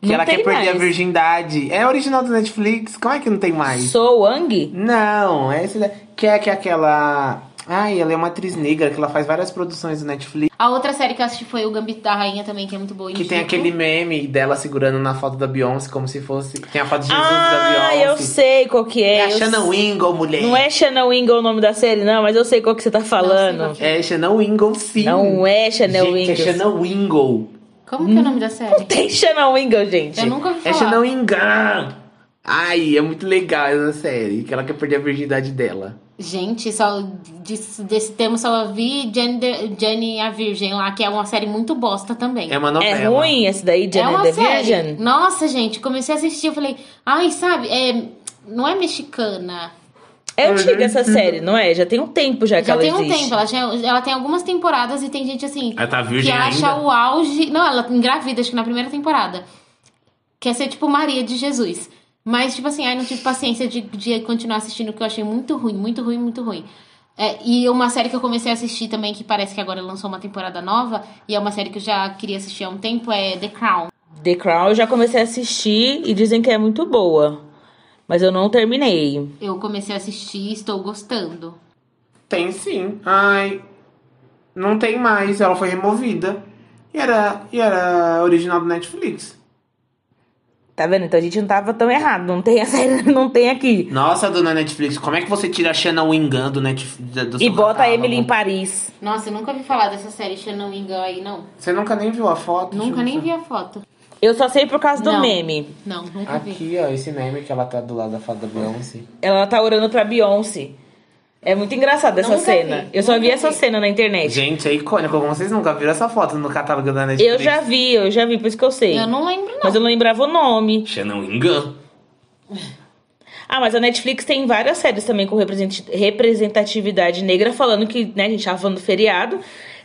Speaker 3: Que
Speaker 2: Não
Speaker 3: ela
Speaker 2: tem
Speaker 3: quer perder
Speaker 2: mais.
Speaker 3: a virgindade. É original do Netflix? Como é que não tem mais?
Speaker 2: Sou Wang?
Speaker 3: Não, essa da- que é que é aquela. Ai, ela é uma atriz negra que ela faz várias produções do Netflix.
Speaker 1: A outra série que eu assisti foi O Gambito da Rainha também, que é muito boa.
Speaker 3: Que tem
Speaker 1: indico.
Speaker 3: aquele meme dela segurando na foto da Beyoncé, como se fosse. Tem a foto de Jesus da
Speaker 2: Ah,
Speaker 3: Beyoncé.
Speaker 2: eu sei qual que é.
Speaker 3: É a
Speaker 2: eu
Speaker 3: Shannon
Speaker 2: sei.
Speaker 3: Wingle, mulher.
Speaker 2: Não é Shannon Wingle o nome da série, não, mas eu sei qual que você tá
Speaker 1: Não
Speaker 2: falando.
Speaker 1: sei
Speaker 3: É Shannon Wingle, sim.
Speaker 2: Não é Shannon
Speaker 3: Gente,
Speaker 2: Wingle.
Speaker 3: É Shannon Wingle.
Speaker 1: Como que é o nome da série?
Speaker 2: Não tem Shannon Wingle, gente.
Speaker 1: Eu nunca ouvi
Speaker 3: É
Speaker 1: falar.
Speaker 3: Shannon Wingle. Ai, é muito legal essa série. Que ela quer perder a virgindade dela.
Speaker 1: Gente, só desse, desse tema só vi Jenny, Jenny a Virgem lá, que é uma série muito bosta também.
Speaker 3: É uma novela.
Speaker 2: É ruim esse daí,
Speaker 1: É
Speaker 2: Janet the Virgin?
Speaker 1: Nossa, gente, comecei a assistir, eu falei, ai, sabe, é, não é mexicana.
Speaker 2: É antiga essa série, não é? Já tem um tempo já que
Speaker 1: já
Speaker 2: ela
Speaker 1: tem um
Speaker 2: existe.
Speaker 1: tempo, ela, já- ela tem algumas temporadas e tem gente assim
Speaker 3: Ela tá
Speaker 1: que
Speaker 3: virgem
Speaker 1: acha
Speaker 3: ainda.
Speaker 1: o auge. Não, ela engravida, acho que na primeira temporada. Quer ser tipo Maria de Jesus. Mas, tipo assim, aí não tive paciência de, de continuar assistindo, que eu achei muito ruim, muito ruim, muito ruim. É, e uma série que eu comecei a assistir também, que parece que agora lançou uma temporada nova, e é uma série que eu já queria assistir há um tempo, é The Crown.
Speaker 2: The Crown eu já comecei a assistir e dizem que é muito boa. Mas eu não terminei.
Speaker 1: Eu comecei a assistir e estou gostando.
Speaker 3: Tem sim. Ai. Não tem mais. Ela foi removida. E era, e era original do Netflix.
Speaker 2: Tá vendo? Então a gente não tava tão errado. Não tem a série, não tem aqui.
Speaker 3: Nossa, dona Netflix, como é que você tira a Shannon Wingan do Netflix? Do
Speaker 2: E
Speaker 3: seu
Speaker 2: bota a
Speaker 3: catálogo?
Speaker 2: Emily em Paris.
Speaker 1: Nossa, eu nunca ouvi falar dessa série, se eu não me engano aí, não.
Speaker 3: Você nunca nem viu a foto?
Speaker 1: Nunca
Speaker 3: Júlia?
Speaker 1: nem vi a foto.
Speaker 2: Eu só sei por causa do
Speaker 1: Não.
Speaker 2: meme.
Speaker 1: Não, nunca vi.
Speaker 3: Aqui, ó, esse meme que ela tá do lado da foto da Beyoncé.
Speaker 2: Ela tá orando pra Beyoncé. É muito engraçada essa
Speaker 1: Nunca
Speaker 2: cena.
Speaker 1: vi,
Speaker 2: eu só
Speaker 1: nunca
Speaker 2: vi, essa
Speaker 1: vi.
Speaker 2: cena na internet.
Speaker 3: Gente, é icônico. Como vocês nunca viram essa foto no catálogo da Netflix?
Speaker 2: Eu já vi, eu já vi, por isso que eu sei.
Speaker 1: Eu não lembro, não.
Speaker 2: Mas eu não lembrava o nome.
Speaker 3: Shannon Wingan.
Speaker 2: Ah, mas a Netflix tem várias séries também com represent- representatividade negra, falando que, né, a gente tava falando do feriado.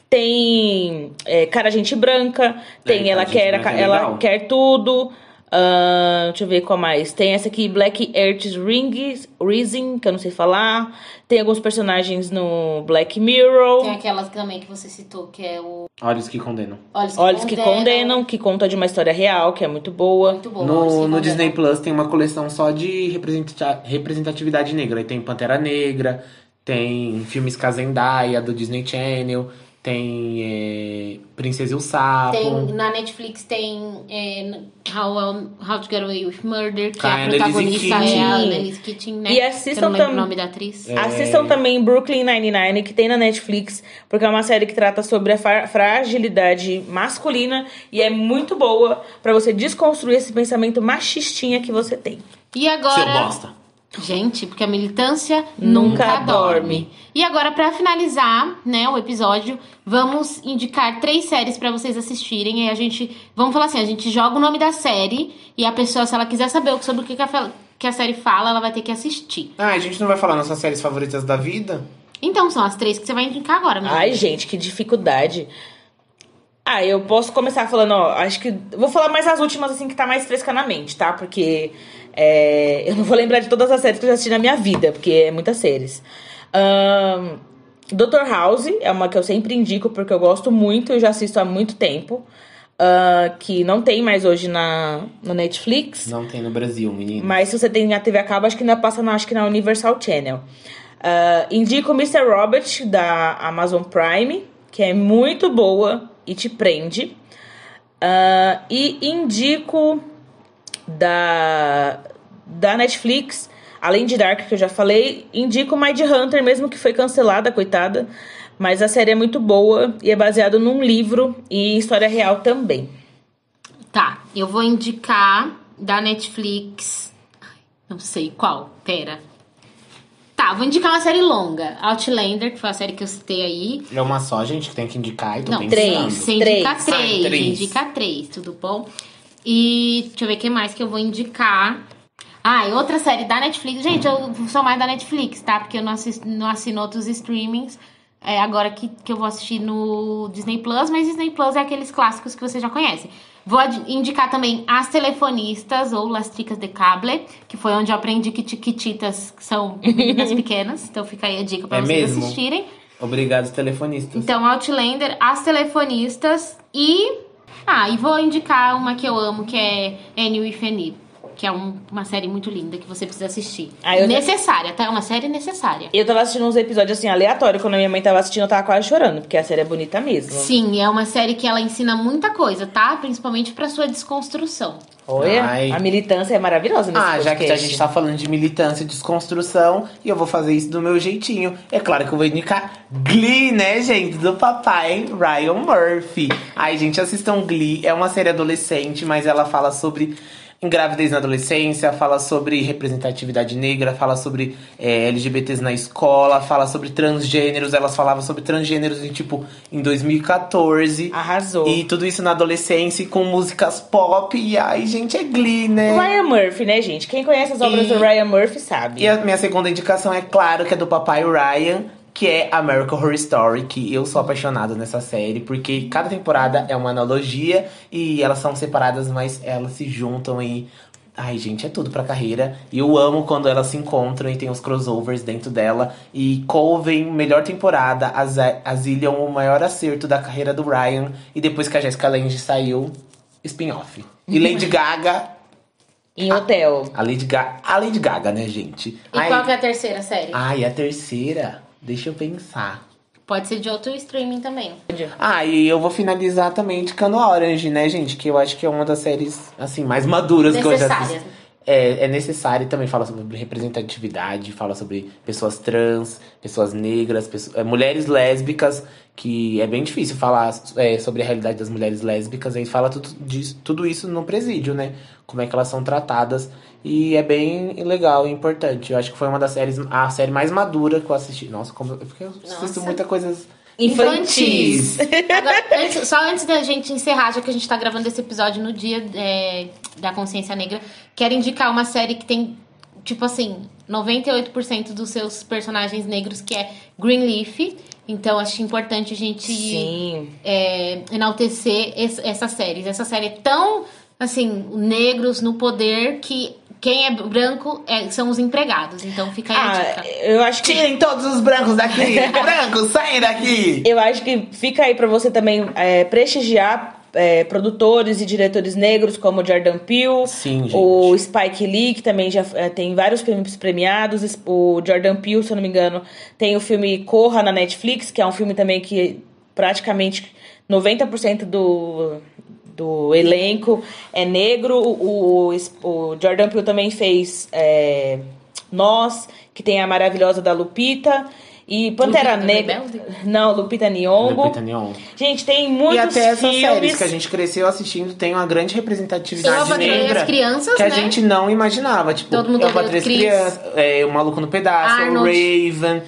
Speaker 2: Tem é, Cara Gente Branca, tem
Speaker 3: Cara
Speaker 2: Ela,
Speaker 3: Gente
Speaker 2: quer,
Speaker 3: Branca é
Speaker 2: ela
Speaker 3: legal.
Speaker 2: Quer Tudo. ahn, deixa eu ver qual mais. Tem essa aqui, Black Earth Rings, Rising, que eu não sei falar. Tem alguns personagens no Black Mirror.
Speaker 1: Tem aquelas também que você citou, que é o
Speaker 3: Olhos que condenam.
Speaker 1: Olhos que,
Speaker 2: Olhos que Condenam, que conta de uma história real, que é muito boa.
Speaker 1: Muito bom. Olhos que
Speaker 3: No, no
Speaker 1: Condenam.
Speaker 3: Disney Plus tem uma coleção só de representa- representatividade negra. Aí tem Pantera Negra, tem filmes Kazendaia do Disney Channel, tem eh, Princesa e o Sapo.
Speaker 1: Tem, na Netflix tem é, How, um, How to Get Away with Murder, que
Speaker 3: Com
Speaker 1: é
Speaker 3: a
Speaker 1: a protagonista
Speaker 3: Annalise
Speaker 1: é a
Speaker 2: Keating.
Speaker 1: Annalise Keating, né?
Speaker 2: E
Speaker 1: Que
Speaker 2: assistam
Speaker 1: eu não lembro
Speaker 2: tam-
Speaker 1: o nome da
Speaker 3: É.
Speaker 1: atriz.
Speaker 2: Assistam também Brooklyn Nine-Nine, que tem na Netflix, porque é uma série que trata sobre a fa- fragilidade masculina e é muito boa pra você desconstruir esse pensamento machistinha que você tem.
Speaker 1: E
Speaker 3: Seu
Speaker 1: agora...
Speaker 3: bosta.
Speaker 1: Gente, porque a militância
Speaker 2: Nunca
Speaker 1: nunca, dorme. E agora, pra finalizar, né, o episódio, vamos indicar três séries pra vocês assistirem. E a gente, vamos falar assim, a gente joga o nome da série e a pessoa, se ela quiser saber o- sobre o que que a, fe- que a série fala, ela vai ter que assistir.
Speaker 3: Ah, a gente não vai falar nossas séries favoritas da vida?
Speaker 1: Então, são as três que você vai indicar agora, né? minha
Speaker 2: Ai,
Speaker 1: gente.
Speaker 2: gente, que dificuldade. Ah, eu posso começar falando, ó, acho que. Vou falar mais as últimas, assim, que tá mais fresca na mente, tá? Porque é, eu não vou lembrar de todas as séries que eu já assisti na minha vida, porque é muitas séries. Ahn, Dr. House é uma que eu sempre indico, porque eu gosto muito, eu já assisto há muito tempo. ahn, que não tem mais hoje na, no Netflix.
Speaker 3: Não tem no Brasil, menino.
Speaker 2: Mas se você tem a TV a cabo, acho que ainda passa na, acho que na Universal Channel. Ah, indico Mr. Robert, da Amazon Prime, que é muito boa e te prende. Ah, e indico da, da Netflix, além de Dark, que eu já falei, indico Mind Hunter, mesmo que foi cancelada, coitada. Mas a série é muito boa e é baseada num livro e história real também.
Speaker 1: Tá, eu vou indicar da Netflix. Ai, Não sei qual, pera. Tá, vou indicar uma série longa. Outlander, que foi a série que eu citei aí.
Speaker 3: É uma só, gente, que tem que indicar e tô
Speaker 1: Não,
Speaker 3: pensando.
Speaker 2: três.
Speaker 1: Você indica
Speaker 2: Três.
Speaker 1: três.
Speaker 3: Ah, três.
Speaker 1: Indica três, tudo bom? E deixa eu ver o que mais que eu vou indicar. Ah, e outra série da Netflix. Gente, eu sou mais da Netflix, tá? Porque eu não, assisto, não assino outros streamings. É agora que, que eu vou assistir no Disney Plus, mas Disney Plus é aqueles clássicos que você já conhece. Vou ad- indicar também As Telefonistas ou Las Chicas de Cable, que foi onde eu aprendi que tiquititas são meninas pequenas. Então fica aí a dica pra
Speaker 3: É
Speaker 1: vocês
Speaker 3: mesmo?
Speaker 1: assistirem.
Speaker 3: Obrigado, telefonistas.
Speaker 1: Então, Outlander, As Telefonistas e Ah, e vou indicar uma que eu amo, que é Annie with Annie, que é um- uma série muito linda que você precisa assistir.
Speaker 2: Ah, eu já-
Speaker 1: necessária, tá? É uma série necessária.
Speaker 2: Eu tava assistindo uns episódios assim, aleatório. Quando a minha mãe tava assistindo, eu tava quase chorando, porque a série é bonita mesmo.
Speaker 1: Sim, é uma série que ela ensina muita coisa, tá? Principalmente pra sua desconstrução.
Speaker 2: Olha,
Speaker 3: Ai.
Speaker 2: a militância é maravilhosa nesse
Speaker 3: Ah, já que a
Speaker 2: podcast.
Speaker 3: gente tá falando de militância e desconstrução, e eu vou fazer isso do meu jeitinho. É claro que eu vou indicar Glee, né, gente? Do papai Ryan Murphy. Ai, gente, assistam Glee. É uma série adolescente, mas ela fala sobre gravidez na adolescência, fala sobre representatividade negra, fala sobre eh, LGBTs na escola, fala sobre transgêneros. Elas falavam sobre transgêneros em, tipo, em 2014.
Speaker 2: Ah, Arrasou.
Speaker 3: tá- E tudo isso na adolescência e com músicas pop. E ai, gente, é Glee, né?
Speaker 2: O Ryan Murphy, né, gente? Quem conhece as obras
Speaker 3: E-
Speaker 2: do Ryan Murphy sabe.
Speaker 3: E a minha segunda indicação é claro que é do papai Ryan, que é American Horror Story, que eu sou apaixonada nessa série, porque cada temporada é uma analogia e elas são separadas, mas elas se juntam e. Ai, gente, é tudo pra carreira. E eu amo quando elas se encontram e tem os crossovers dentro dela. E Colvin, melhor temporada, a Za- a Zillion, o maior acerto da carreira do Ryan. E depois que a Jessica Lange saiu, spin-off. E Lady Gaga.
Speaker 2: Em hotel.
Speaker 3: A Lady, Ga a Lady Gaga, né, gente?
Speaker 1: E qual que é a terceira série?
Speaker 3: Ah, e a terceira? Deixa eu pensar.
Speaker 1: Pode ser de outro streaming também.
Speaker 3: Ah, e eu vou finalizar também indicando a Orange, né, gente? Que eu acho que é uma das séries, assim, mais maduras que eu já
Speaker 1: Necessária.
Speaker 3: assisti. É, é necessário e também fala sobre representatividade, fala sobre pessoas trans, pessoas negras, pessoas- é, mulheres lésbicas, que é bem difícil falar é, sobre a realidade das mulheres lésbicas, aí fala tudo, disso, tudo isso no presídio, né? Como é que elas são tratadas. E é bem legal e importante. Eu acho que foi uma das séries, a série mais madura que eu assisti. Nossa, como eu, porque eu assisto
Speaker 1: Nossa.
Speaker 3: muita coisas
Speaker 2: Infantis.
Speaker 1: Agora, antes- só antes da gente encerrar, já que a gente tá gravando esse episódio no dia é, da consciência negra, quero indicar uma série que tem, tipo assim, 98% dos seus personagens negros, que é Greenleaf. Então, acho importante a gente
Speaker 2: Sim.
Speaker 1: é, enaltecer es- essas séries. Essa série é tão, assim, negros no poder que quem é branco é- são os empregados. Então, fica aí a
Speaker 2: Ah,
Speaker 1: dica.
Speaker 2: eu acho que
Speaker 3: Tirem todos os brancos daqui! brancos, saem daqui!
Speaker 2: Eu acho que fica aí pra você também é, prestigiar é, produtores e diretores negros como o Jordan Peele,
Speaker 3: Sim, gente.
Speaker 2: o Spike Lee, que também já é, tem vários filmes premiados. Es- O Jordan Peele, se eu não me engano, tem o filme Corra na Netflix, que é um filme também que praticamente 90% do, do elenco é negro. O, o, es- o Jordan Peele também fez é, Nós, que tem a maravilhosa da Lupita. E Pantera
Speaker 1: Lupita
Speaker 2: Negra.
Speaker 1: Rebelde?
Speaker 2: Não, Lupita Nyong'o.
Speaker 3: Lupita Nyong'o.
Speaker 2: Gente, tem
Speaker 3: E
Speaker 2: muitos
Speaker 3: até essas
Speaker 2: filmes.
Speaker 3: séries que a gente cresceu assistindo tem uma grande
Speaker 1: Eu
Speaker 3: representatividade
Speaker 1: abandonei
Speaker 3: negra
Speaker 1: as crianças,
Speaker 3: que a
Speaker 1: né?
Speaker 3: gente não imaginava. Tipo,
Speaker 1: Todo mundo
Speaker 3: eu
Speaker 1: odeia o
Speaker 3: Patricio
Speaker 1: Chris.
Speaker 3: Criança, é, o Maluco no Pedaço, o
Speaker 1: Arnold.
Speaker 3: Raven.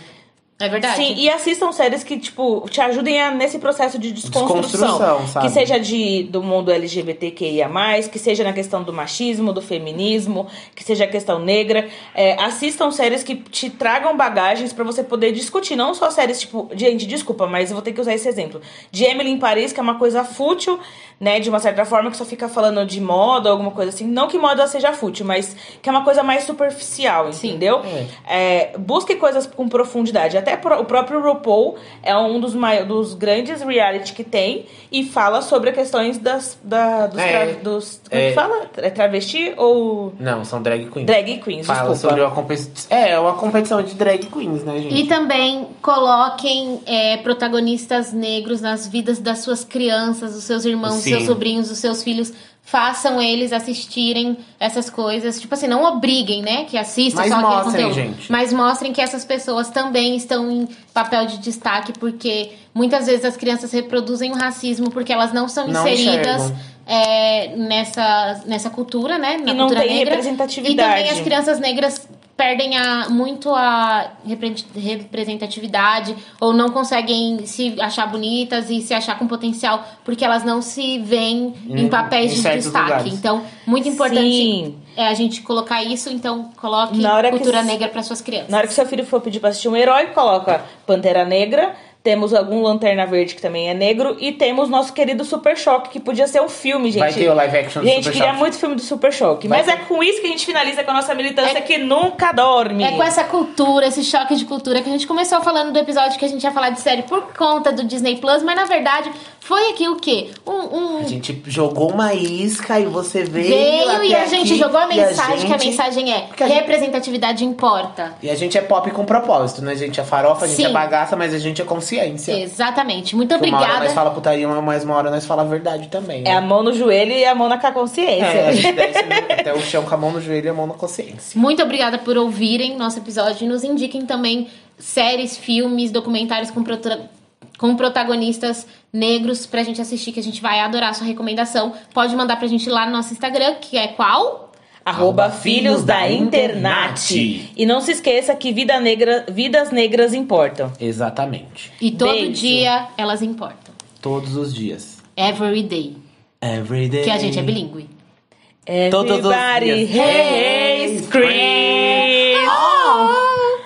Speaker 1: É verdade.
Speaker 2: Sim, e assistam séries que, tipo, te ajudem a, nesse processo de desconstrução.
Speaker 3: Desconstrução, sabe?
Speaker 2: Que seja de, do mundo LGBTQIA, que seja na questão do machismo, do feminismo, que seja a questão negra. É, assistam séries que te tragam bagagens pra você poder discutir. Não só séries, tipo, gente, desculpa, mas eu vou ter que usar esse exemplo. De Emily em Paris, que é uma coisa fútil, né? De uma certa forma, que só fica falando de moda, alguma coisa assim. Não que moda seja fútil, mas que é uma coisa mais superficial,
Speaker 1: Sim.
Speaker 2: entendeu? É, busque coisas com profundidade. Até pro- o próprio RuPaul é um dos, mai- dos grandes reality que tem e fala sobre questões das, da- dos,
Speaker 3: É.
Speaker 2: tra- dos- Como
Speaker 3: É.
Speaker 2: que fala? É travesti ou
Speaker 3: Não, são drag queens.
Speaker 2: drag queens?
Speaker 3: Fala
Speaker 2: desculpa.
Speaker 3: sobre uma competição. É, uma competição de drag queens, né, gente?
Speaker 1: E também coloquem é, protagonistas negros nas vidas das suas crianças, dos seus irmãos, dos
Speaker 3: Sim.
Speaker 1: seus sobrinhos, dos seus filhos. Façam eles assistirem essas coisas. Tipo assim, não obriguem, né? Que assistam
Speaker 3: Mas
Speaker 1: só aquele
Speaker 3: mostrem,
Speaker 1: conteúdo.
Speaker 3: gente.
Speaker 1: Mas mostrem que essas pessoas também estão em papel de destaque, porque muitas vezes as crianças reproduzem o racismo porque elas não são
Speaker 3: Não
Speaker 1: inseridas.
Speaker 3: enxergam.
Speaker 1: é, nessa, nessa cultura, né? Na
Speaker 2: E não
Speaker 1: cultura
Speaker 2: tem
Speaker 1: negra. E
Speaker 2: representatividade.
Speaker 1: também as crianças negras perdem a, muito a repre- representatividade ou não conseguem se achar bonitas e se achar com potencial porque elas não se veem em,
Speaker 3: Em-
Speaker 1: papéis
Speaker 3: em
Speaker 1: de
Speaker 3: certos
Speaker 1: destaque.
Speaker 3: lugares.
Speaker 1: Então, muito importante
Speaker 2: Sim.
Speaker 1: é a gente colocar isso. Então, coloque
Speaker 2: Na hora que
Speaker 1: cultura
Speaker 2: s-
Speaker 1: negra para suas crianças.
Speaker 2: Na hora que seu filho for pedir pra assistir um herói, coloca Pantera Negra, Temos algum Lanterna Verde que também é negro. E temos nosso querido Super Choque, que podia ser um filme, gente.
Speaker 4: Vai ter o live action do
Speaker 2: gente,
Speaker 4: Super
Speaker 2: queria
Speaker 4: Choque.
Speaker 2: muito filme do Super Choque.
Speaker 4: Vai
Speaker 2: Mas
Speaker 4: ter.
Speaker 2: é com isso que a gente finaliza com a nossa militância que nunca dorme.
Speaker 1: É com essa cultura, esse choque de cultura que a gente começou falando do episódio que a gente ia falar de série por conta do Disney Plus, mas na verdade foi aqui o quê? Um, um-
Speaker 3: A gente jogou uma isca e você veio.
Speaker 1: veio e
Speaker 3: até
Speaker 1: a gente
Speaker 3: aqui,
Speaker 1: jogou a
Speaker 3: e
Speaker 1: mensagem, que a
Speaker 3: gente-
Speaker 1: mensagem é
Speaker 3: a gente-
Speaker 1: representatividade importa.
Speaker 3: E a gente é pop com propósito, né? A gente é farofa, a gente
Speaker 1: Sim.
Speaker 3: é bagaça, mas a gente é consciência.
Speaker 1: Exatamente. Muito
Speaker 3: Que Uma hora nós
Speaker 1: obrigada.
Speaker 3: fala putaria, mas uma hora nós fala a verdade também.
Speaker 2: É
Speaker 3: né?
Speaker 2: a mão no joelho e a mão na
Speaker 3: É, a
Speaker 2: consciência.
Speaker 3: gente desce no- até o chão com a mão no joelho e a mão na consciência.
Speaker 1: Muito obrigada por ouvirem nosso episódio e nos indiquem também séries, filmes, documentários com, prota- com protagonistas negros pra gente assistir, que a gente vai adorar a sua recomendação. Pode mandar pra gente lá no nosso Instagram, que é qual?
Speaker 2: Arroba Filhos da Internet. E não se esqueça que vida negra, vidas negras importam.
Speaker 3: Exatamente.
Speaker 1: E todo
Speaker 2: Beijo.
Speaker 1: dia elas importam.
Speaker 3: Todos os dias.
Speaker 1: Every day.
Speaker 3: Every day.
Speaker 2: é
Speaker 1: Que a gente é bilíngue.
Speaker 3: Todos os
Speaker 2: Everybody,
Speaker 3: dias.
Speaker 2: hey, hey, scream! Oh,
Speaker 3: Oh!